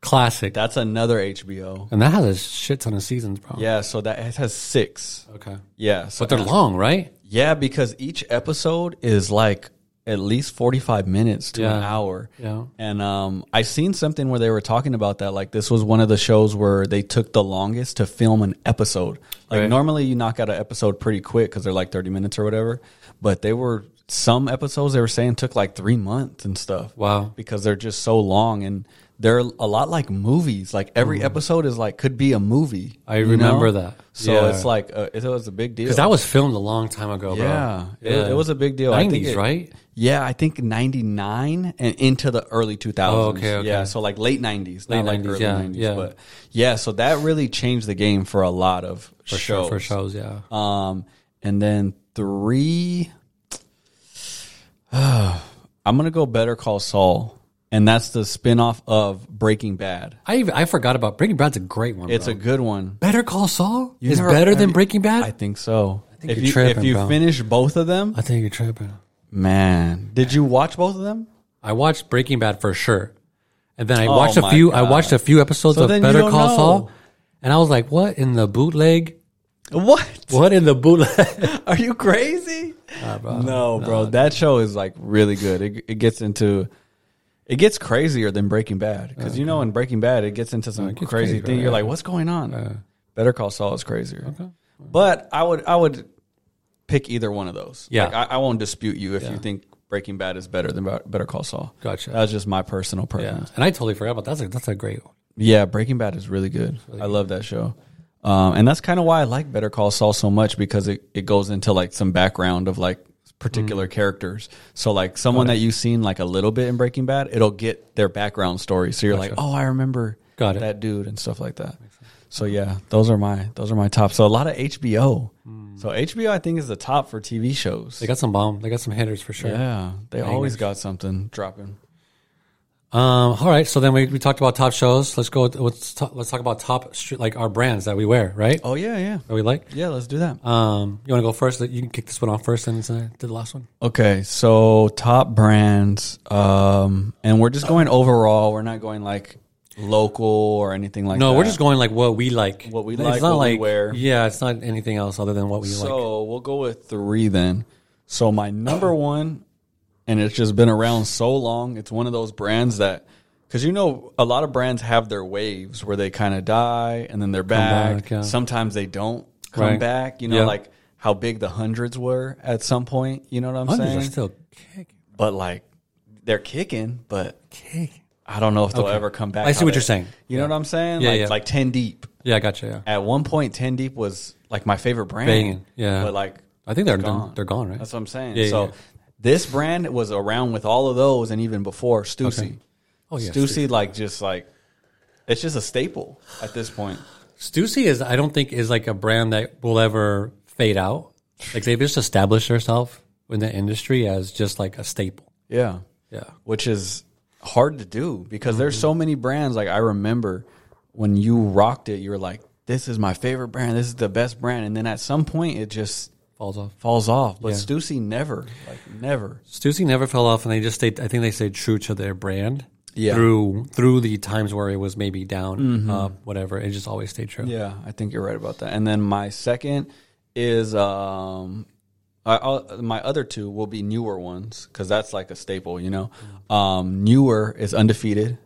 S1: classic,
S2: That's another HBO.
S1: and that has a shit ton of seasons, bro.
S2: Yeah, so that it has six.
S1: Okay.
S2: Yeah, so
S1: But they're long, right?
S2: Yeah, because each episode is like at least 45 minutes to an
S1: Yeah.
S2: hour.
S1: Yeah.
S2: And um, I seen something where they were talking about that. Like this was one of the shows where they took the longest to film an episode. Like
S1: Right.
S2: normally you knock out an episode pretty quick because they're like 30 minutes or whatever. But they were some episodes they were saying took like three months and stuff.
S1: Wow.
S2: Because they're just so long and they're a lot like movies. Like every episode is like could be a movie.
S1: Mm-hmm. I
S2: you
S1: remember that.
S2: So
S1: Yeah.
S2: it's like uh, it was a big deal.
S1: Because that was filmed a long time ago, bro.
S2: Yeah, It, it was a big deal. I think
S1: Nineties,
S2: it-
S1: right?
S2: Yeah, I think ninety nine and into the early two
S1: Oh,
S2: thousands.
S1: okay, okay.
S2: Yeah, so like late nineties,
S1: Late
S2: late nineties,
S1: 90s,
S2: early
S1: yeah,
S2: nineties.
S1: yeah.
S2: But yeah, so that really changed the game for a lot of
S1: For
S2: shows.
S1: sure, for shows, yeah.
S2: Um, and then three, I'm gonna go Better Call Saul, and that's the spinoff of Breaking Bad.
S1: I even, I forgot about Breaking Bad's a great one.
S2: It's
S1: bro.
S2: a good one.
S1: Better Call Saul is
S2: never-
S1: better
S2: have
S1: than
S2: you-
S1: Breaking Bad.
S2: I
S1: I,
S2: think so.
S1: think
S2: if
S1: you're
S2: you
S1: tripping,
S2: if you
S1: bro.
S2: finish both of them,
S1: think you're tripping.
S2: man, did you watch both of them?
S1: I watched Breaking Bad for sure, and then I
S2: Oh
S1: watched a
S2: my
S1: few. I
S2: God.
S1: watched a few episodes
S2: So
S1: of
S2: then you
S1: Better
S2: don't
S1: Call
S2: know.
S1: Saul, and I was like, "What in the bootleg?
S2: What?
S1: What in the bootleg?"
S2: Are you crazy? no, bro. That show is like really good. It, it gets into it gets crazier than Breaking Bad because you know in Breaking Bad it gets into some crazy
S1: crazy,
S2: thing.
S1: right?
S2: You're like, what's going on? Better Call Saul is crazier. But I would I would pick either one of those.
S1: Yeah.
S2: Like, I, I won't dispute you if you think Breaking Bad is better than Ba- Better Call Saul.
S1: Gotcha.
S2: That's just my personal preference.
S1: Yeah, and I totally forgot about that. That's a, that's a great one.
S2: Yeah, Breaking Bad is really good. I love that show. Um, and that's kind of why I like Better Call Saul so much because it, it goes into like some background of like particular
S1: Mm.
S2: characters. So like someone that you've seen like a little bit in Breaking Bad, it'll get their background story. So you're like, oh, I remember
S1: Got it.
S2: that dude and stuff like that. So yeah, those are my those are my top. So a lot of HBO. So HBO I think is the top for TV shows.
S1: Mm. They got some bomb. They got some hitters for sure.
S2: yeah, they always got something dropping.
S1: Um. All right. So then we, we talked about top shows. Let's go. with- Let's talk, let's talk about top street, like our brands that we wear. Right.
S2: Oh yeah, yeah,
S1: That we like.
S2: yeah. Let's do that.
S1: Um. You want to go first? You can kick this one off first, and then I did the last one.
S2: Okay, so top brands, um, and we're just going overall. We're not going like local or anything like that.
S1: No, we're just going like what we like.
S2: What we
S1: It's
S2: like,
S1: not
S2: what we
S1: like
S2: wear.
S1: Yeah, it's not anything else other than what we like.
S2: So we'll go with three then. So my number one, and it's just been around so long. It's one of those brands that, because you know, a lot of brands have their waves where they kind of die and then they're back.
S1: back, yeah.
S2: Sometimes they don't come
S1: Right.
S2: back. You know,
S1: Yeah.
S2: like how big the hundreds were at some point. You know what I'm
S1: Hundreds are
S2: saying?
S1: still kick,
S2: but like they're kicking, but.
S1: kick.
S2: I don't know if they'll ever come back.
S1: I see
S2: how
S1: what
S2: they-
S1: you're saying.
S2: You know what I'm saying?
S1: Yeah,
S2: like,
S1: yeah.
S2: like 10 Deep.
S1: Yeah, I gotcha. Yeah,
S2: At one point, 10 Deep was like my favorite brand.
S1: Banging, yeah.
S2: But like,
S1: I think they're
S2: They're
S1: done.
S2: gone.
S1: They're gone, right?
S2: that's what I'm saying.
S1: Yeah, yeah,
S2: so
S1: yeah.
S2: this brand was around with all of those and even before Stussy.
S1: Oh yeah,
S2: Stussy, like, just like, it's just a staple at this point.
S1: Stussy is I don't think is like a brand that will ever fade out. Like they've just established themselves in the industry as just like a staple.
S2: Yeah.
S1: Yeah. Mm-hmm.
S2: Which is hard to do because there's so many brands. Like I remember when you rocked it, you were like, this is my favorite brand. This is the best brand. And then at some point, it just
S1: Falls off.
S2: falls off. But Stussy never, like never.
S1: Stussy never fell off, and they just stayed. I think they stayed true to their brand.
S2: Yeah. Mm-hmm.
S1: Through through the times where it was maybe down, up, whatever, it just always stayed true.
S2: Yeah, I think you're right about that. And then my second is um, I, I'll, my other two will be newer ones because that's like a staple, you know.
S1: Mm.
S2: Um, newer is undefeated.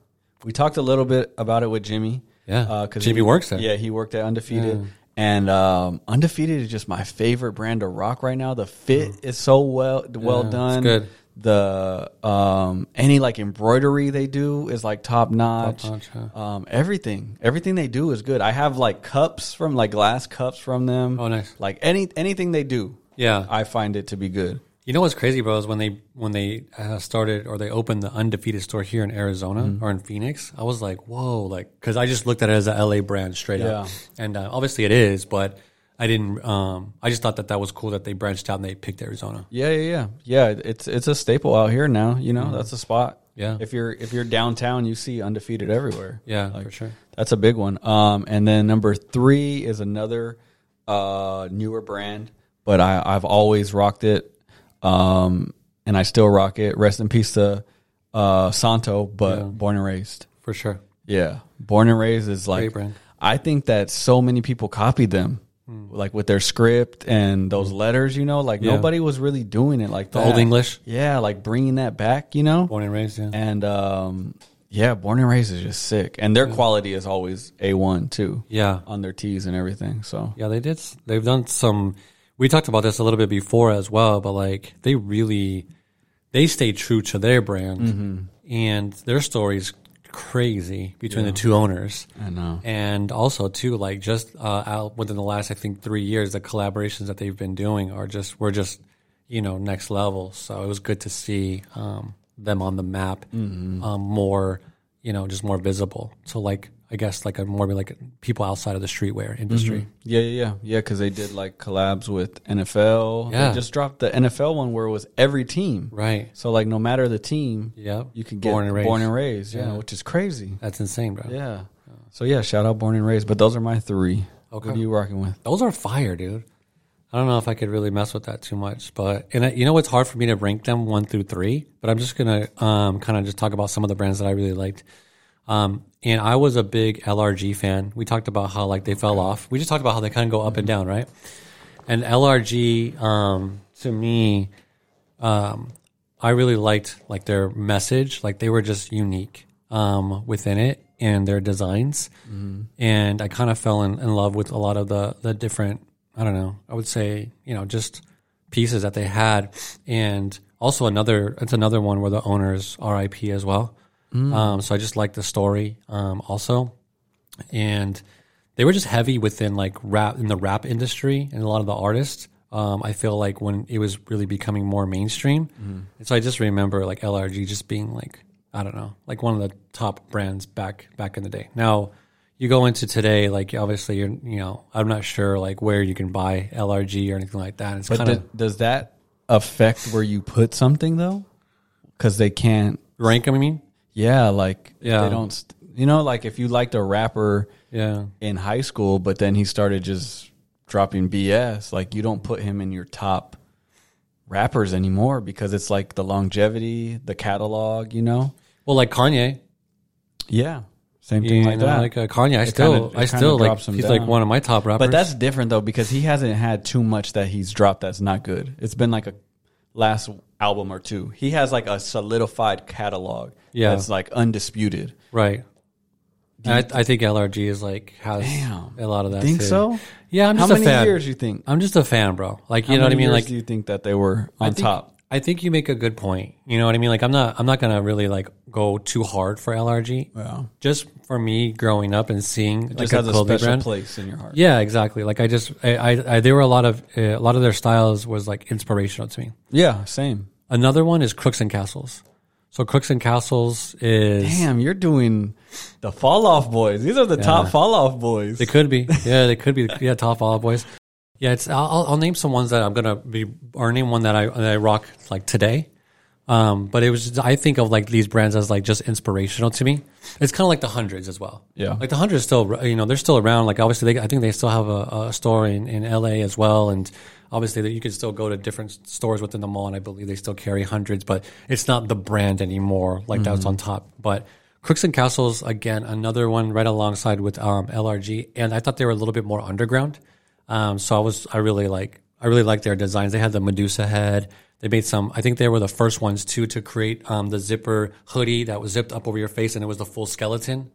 S2: We talked a little bit about it with Jimmy.
S1: Yeah.
S2: uh, 'cause
S1: Jimmy
S2: he-
S1: works there. Mm.
S2: Yeah, he worked at undefeated. And um, undefeated is just my favorite brand to rock right now. The fit is so well well
S1: Mm. it's
S2: done.
S1: good.
S2: The um, any like embroidery they do is like top notch.
S1: notch, huh?
S2: Um, everything, everything they do is good. I have like cups from like glass cups from them.
S1: Oh, nice.
S2: Like any anything they do,
S1: Yeah.
S2: I find it to be good.
S1: You know what's crazy, bro? Is when they when they uh, started or they opened the undefeated store here in Arizona
S2: Mm-hmm.
S1: or in Phoenix. I was like, whoa, like because I just looked at it as a LA brand straight up, and uh, obviously it is, but I didn't. Um, I just thought that that was cool that they branched out and they picked Arizona.
S2: Yeah, yeah, yeah, yeah. It's it's a staple out here now. You know, that's a spot.
S1: Mm-hmm. Yeah.
S2: If you're if you're downtown, you see undefeated everywhere.
S1: Yeah, for sure.
S2: That's a big one. Um, and then number three is another uh, newer brand, but I, I've always rocked it, um, and I still rock it. Rest in peace to uh, Santo, but born and raised.
S1: For sure.
S2: Yeah, born and raised is like.
S1: Great brand. Hmm.
S2: I think that so many people copied them, like with their script and those letters. You know, like nobody was really doing it like
S1: The
S2: that.
S1: Old English,
S2: Yeah, like bringing that back. You know,
S1: born and raised. Yeah.
S2: and um, yeah, born and raised is just sick, and their quality is always a one too.
S1: Yeah.
S2: on their tees and everything. So
S1: Yeah, they did. s- They've done some. We talked about this a little bit before as well, but like they really, they stay true to their brand, and their story's crazy between the two owners.
S2: I know.
S1: And also too, like just uh, out within the last, I think, three years, the collaborations that they've been doing are just we're just you know next level. So it was good to see um, them on the map, um, more you know just more visible. So like I guess like a more like people outside of the streetwear industry.
S2: Yeah, yeah, yeah, yeah. Because they did like collabs with NFL.
S1: Yeah.
S2: they just dropped the NFL one where it was every team.
S1: Right.
S2: So like, no matter the team,
S1: Yep.
S2: you can get
S1: Born and raised.
S2: yeah, which is crazy.
S1: That's insane, bro.
S2: Yeah. So yeah, shout out born and raised. But those are my three.
S1: Okay.
S2: What are you rocking with?
S1: Those are fire, dude. I don't know if I could really mess with that too much, but and I, you know it's hard for me to rank them one through three, but I'm just gonna um, kind of just talk about some of the brands that I really liked. Um, and I was a big LRG fan. We talked about how like they fell off. We just talked about how they kind of go up and down, right? And LRG um, to me, I really liked like their message. Like they were just unique um, within it and their designs. And I kind of fell in, in love with a lot of the the different. I don't know. I would say you know just pieces that they had, and also another. It's another one where the owners R.I.P. as well. Um, so I just like the story um, also and they were just heavy within like rap in the rap industry and a lot of the artists. Um, I feel like when it was really becoming more mainstream,
S2: Mm-hmm.
S1: and so I just remember like LRG just being like I don't know, like one of the top brands back back in the day. Now you go into today, like obviously you're you know I'm not sure like where you can buy LRG or anything like that. It's
S2: But
S1: kind of
S2: th- does that affect where you put something though? Because they can't.
S1: rank. I mean,
S2: Yeah, like
S1: Yeah.
S2: they don't. St- you know, like if you liked a rapper
S1: yeah,
S2: in high school, but then he started just dropping BS. Like you don't put him in your top rappers anymore because it's like the longevity, the catalog. You know.
S1: well like Kanye,
S2: Yeah. Same
S1: you
S2: thing like
S1: know,
S2: that.
S1: like uh, Kanye. I
S2: kinda-
S1: still
S2: it
S1: I
S2: kinda
S1: still like
S2: drops
S1: he's
S2: him
S1: like
S2: down.
S1: one of my top rappers.
S2: But that's different though because he hasn't had too much that he's dropped that's not good. It's been like a last album or two. He has like a solidified catalog
S1: Yeah.
S2: that's like undisputed.
S1: Right. And I, I think LRG is like has
S2: Damn.
S1: a lot of that.
S2: Think
S1: too.
S2: so?
S1: Yeah, I'm
S2: How
S1: just
S2: many
S1: a fan.
S2: years you think?
S1: I'm just a fan, bro. Like you
S2: How
S1: know what I
S2: many
S1: mean?
S2: years
S1: Like
S2: do you think that they were on
S1: think-
S2: top?
S1: I think you make a good point. You know what I mean? Like I'm not I'm not gonna really like go too hard for LRG.
S2: Yeah.
S1: Just for me growing up and seeing like
S2: Just
S1: a
S2: has a
S1: Kobe
S2: special
S1: brand.
S2: place in your heart.
S1: Yeah, exactly. Like I just I, I, I there were a lot of uh, a lot of their styles was like inspirational to me.
S2: Yeah, same.
S1: Another one is Crooks and Castles. So Crooks and Castles is
S2: Damn, you're doing the fall off boys. These are the top fall off boys.
S1: they could be yeah they could be yeah top all boys yeah it's I'll, I'll- I'll name some ones that I'm gonna be or name one that I that I rock like today. Um, but it was just- I think of like these brands as like just inspirational to me. It's kind of like the hundreds as well.
S2: Yeah.
S1: like the hundreds still you know they're still around. Like obviously they I think they still have a, a store in in L.A. as well and. Obviously, that you can still go to different stores within the mall, and I believe they still carry hundreds, but it's not the brand anymore like that's on top. But Crooks and Castles, again, another one right alongside with um, LRG, and I thought they were a little bit more underground. Um, so I was, I really like, I really like their designs. They had the Medusa head. They made some. I think they were the first ones too to create um, the zipper hoodie that was zipped up over your face, and it was the full skeleton.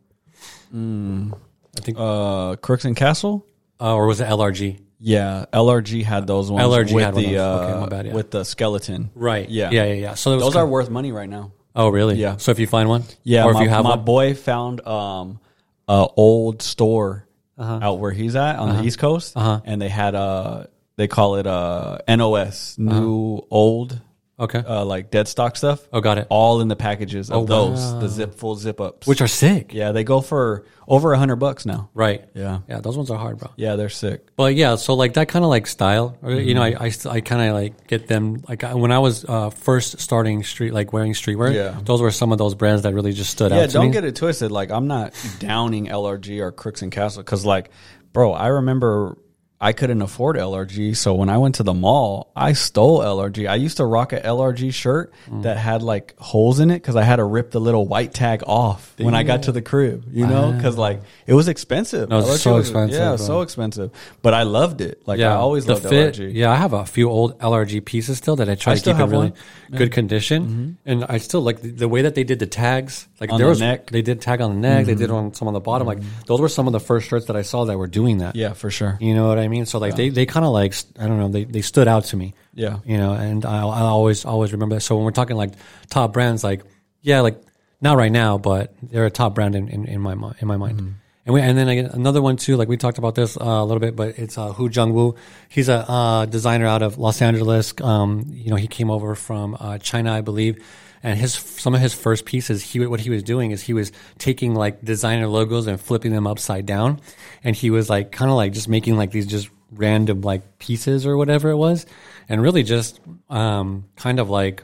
S1: I think, uh,
S2: Uh, Crooks and Castle.
S1: Oh, or was it LRG?
S2: Yeah, LRG had those ones.
S1: LRG
S2: with
S1: had one of
S2: the
S1: those.
S2: Uh,
S1: Okay, my bad, yeah.
S2: with the skeleton.
S1: Right.
S2: Yeah.
S1: Yeah. Yeah. Yeah. So it was
S2: Those
S1: kind
S2: are worth money right now.
S1: of- Oh, really?
S2: Yeah.
S1: So if you find one,
S2: Yeah,
S1: or
S2: my,
S1: if you have
S2: my
S1: one,
S2: boy found um a old store
S1: Uh-huh.
S2: out where he's at on the East Coast, and they had a they call it a NOS
S1: Uh-huh.
S2: new old
S1: okay.
S2: uh, like dead stock stuff.
S1: Oh, got it. Oh,
S2: All in the packages of those the zip full zip ups,
S1: Which are sick.
S2: yeah they go for over a hundred bucks now.
S1: Right.
S2: Yeah,
S1: Yeah. Those ones are hard, bro.
S2: yeah they're sick.
S1: But yeah, so like that kind of like style, or, you know,
S2: Mm-hmm.
S1: I I, st- I kind of like get them like I, when I was uh, first starting street like wearing streetwear.
S2: Yeah.
S1: those were some of those brands that really just stood
S2: Yeah,
S1: out. To
S2: don't
S1: me.
S2: get it twisted. Like I'm not downing LRG or Crooks and Castle because, like, bro, I remember I couldn't afford LRG, so when I went to the mall, I stole LRG. I used to rock a LRG shirt
S1: Mm.
S2: that had like holes in it because I had to rip the little white tag off when I got to the crib, you know, because like it was expensive.
S1: Ah. No, it's
S2: LRG
S1: so expensive,
S2: Yeah,
S1: bro.
S2: so expensive. But I loved it. Like I always
S1: the
S2: loved LRG.
S1: Yeah, I have a few old LRG pieces still that I try
S2: I
S1: to
S2: still
S1: keep in
S2: have
S1: really
S2: one. Mm-hmm.
S1: good condition, and I still like the, the way that they did the tags. Like
S2: On
S1: there
S2: the
S1: was
S2: neck. Mm-hmm.
S1: they did tag on the neck, they did on some on the bottom. Like those were some of the first shirts that I saw that were doing that.
S2: Yeah, for sure.
S1: You know what I mean? So like they, they kind of like I don't know they, they stood out to me.
S2: Yeah.
S1: You know, and I I always always remember that. So when we're talking like top brands, like yeah, like not right now, but they're a top brand in, in, in my mi- in my mind. And we and then again, another one too. Like we talked about this uh, a little bit, but it's uh, Hu Jungwoo. He's a uh, designer out of Los Angeles. Um, you know, he came over from uh, China, I believe. And his some of his first pieces, he what he was doing is he was taking like designer logos and flipping them upside down, and he was like kind of like just making like these just random like pieces or whatever it was, and really just um, kind of like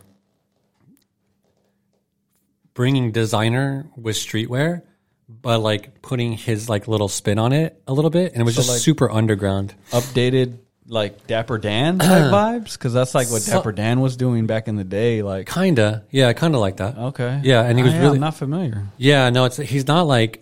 S1: bringing designer with streetwear, but like putting his like little spin on it a little bit, and it was just
S2: like-
S1: super underground.
S2: updated like Dapper Dan type vibes because that's like what
S1: So-
S2: Dapper Dan was doing back in the day. Like,
S1: Kinda, yeah, kind of like that.
S2: okay,
S1: yeah, and he was
S2: I am
S1: really
S2: not familiar.
S1: Yeah, no, it's he's not like.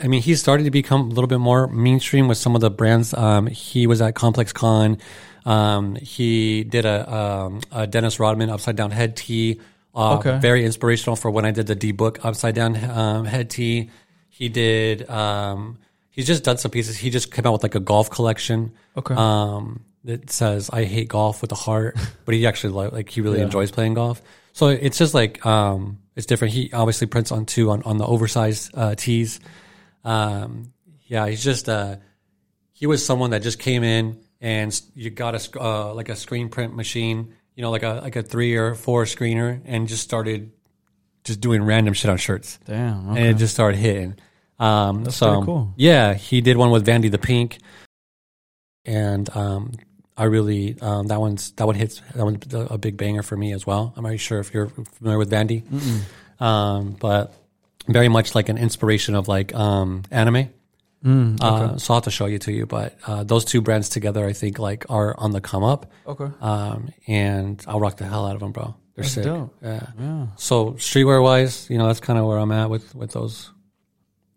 S1: I mean, he's started to become a little bit more mainstream with some of the brands. Um, he was at Complex Con. Um, he did a, um, a Dennis Rodman upside down head tee. Uh,
S2: Okay.
S1: Very inspirational for when I did the D book upside down um, head tee. He did. Um, he's just done some pieces. He just came out with like a golf collection.
S2: Okay.
S1: Um, that says I hate golf with a heart, but he actually li- like he really enjoys playing golf. So it's just like um, it's different. He obviously prints on two on on the oversized uh, tees. Um, yeah, he's just uh, he was someone that just came in and s- you got a sc- uh, like a screen print machine, you know, like a like a three or four screener, and just started just doing random shit on shirts
S2: Damn.
S1: and it just started hitting. Um, so
S2: pretty cool.
S1: yeah, he did one with Vandy the Pink, and um, I really um, that one's that one hits that one's a big banger for me as well. I'm not sure if you're familiar with Vandy, um, but very much like an inspiration of like um, anime.
S2: Mm,
S1: Uh, so I'll have to show you to you, but uh, those two brands together, I think, like are on the come up.
S2: Okay.
S1: Um, and I'll rock the hell out of them, bro. They're sick.
S2: dope.
S1: Yeah.
S2: Yeah.
S1: So streetwear wise, you know, that's kind of where I'm at with with those.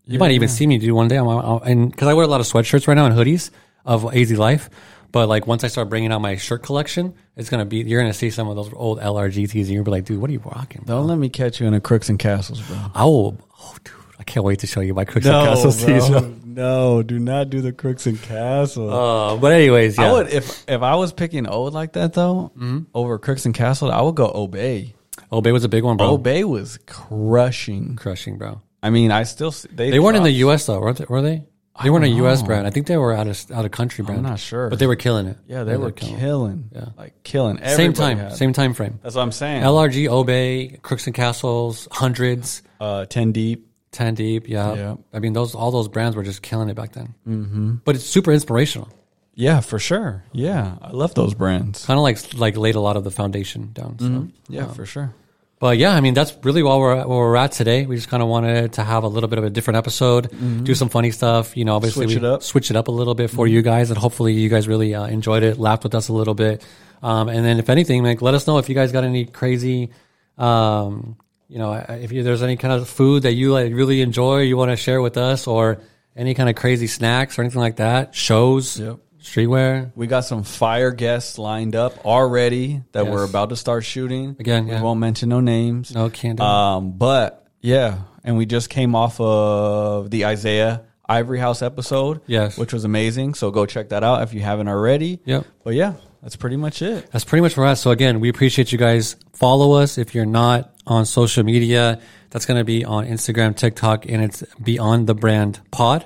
S1: You might even see me do one day. I'm, I'm, and because I wear a lot of sweatshirts right now and hoodies of AZ Life, but like once I start bringing out my shirt collection, it's gonna be you're gonna see some of those old LRGTs, and you'll be like, dude, what are you rocking? Bro?
S2: Don't let me catch you in a Crooks and Castles, bro.
S1: I will. Oh, dude, I can't wait to show you my Crooks and Castles tees. bro.
S2: no, do not do the Crooks and Castles.
S1: Uh, but anyways, yeah.
S2: I would if if I was picking old like that though
S1: Mm-hmm.
S2: over Crooks and Castles, I would go Obey.
S1: Obey was a big one, bro.
S2: Obey was crushing.
S1: Crushing, bro.
S2: I mean, I still s- they
S1: They weren't in the
S2: dropped-
S1: U.S. though, weren't they? Were they? They weren't a U.S. brand. I think they were out of out of country brand.
S2: not sure.
S1: but they were killing it.
S2: Yeah, they, were killing. Yeah. Like killing.
S1: it. Same
S2: Everybody
S1: time,
S2: had-
S1: same time frame.
S2: That's what I'm saying.
S1: LRG, Obey, Crooks and Castles, Hundreds,
S2: uh, 10 deep.
S1: Ten Deep. Yeah.
S2: Yeah.
S1: I mean, those all those brands were just killing it back then. Mm-hmm. But it's super inspirational.
S2: Yeah, for sure. Yeah. I love those brands.
S1: Kind of like like laid a lot of the foundation down. So.
S2: Yeah, for sure.
S1: But yeah, I mean, that's really what we're, where we're at today. We just kind of wanted to have a little bit of a different episode, do some funny stuff, you know, obviously
S2: Mm-hmm. Switch
S1: we
S2: it up. Mm-hmm.
S1: switch it up a little bit for you guys. And hopefully you guys really uh, enjoyed it, laughed with us a little bit. Um, and then if anything, like let us know if you guys got any crazy, um, you know, if you, there's any kind of food that you like really enjoy, you want to share with us or any kind of crazy snacks or anything like that, shows,
S2: Yep.
S1: streetwear.
S2: We got some fire guests lined up already that we're
S1: Yes.
S2: about to start shooting.
S1: Again,
S2: we
S1: yeah.
S2: won't mention no names.
S1: No, can't do it.
S2: Um, but yeah, and we just came off of the Isaiah Ivory House episode.
S1: Yes.
S2: which was amazing. So go check that out if you haven't already.
S1: Yep.
S2: But yeah, that's pretty much it.
S1: That's pretty much for us. So again, we appreciate you guys. Follow us if you're not on social media. That's going to be on Instagram, TikTok, and it's Beyond the Brand Pod.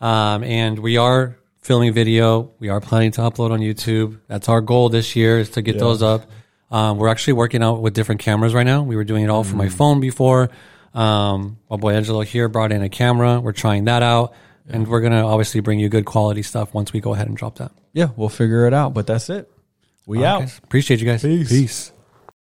S1: Um, and we are filming video. We are planning to upload on YouTube. That's our goal this year is to get those up. Um, we're actually working out with different cameras right now. We were doing it all from my phone before. Um, my boy Angelo here brought in a camera. We're trying that out, and we're gonna obviously bring you good quality stuff once we go ahead and drop that.
S2: Yeah, we'll figure it out. But that's it. We out.
S1: Guys, appreciate you guys.
S2: Peace.
S1: Peace.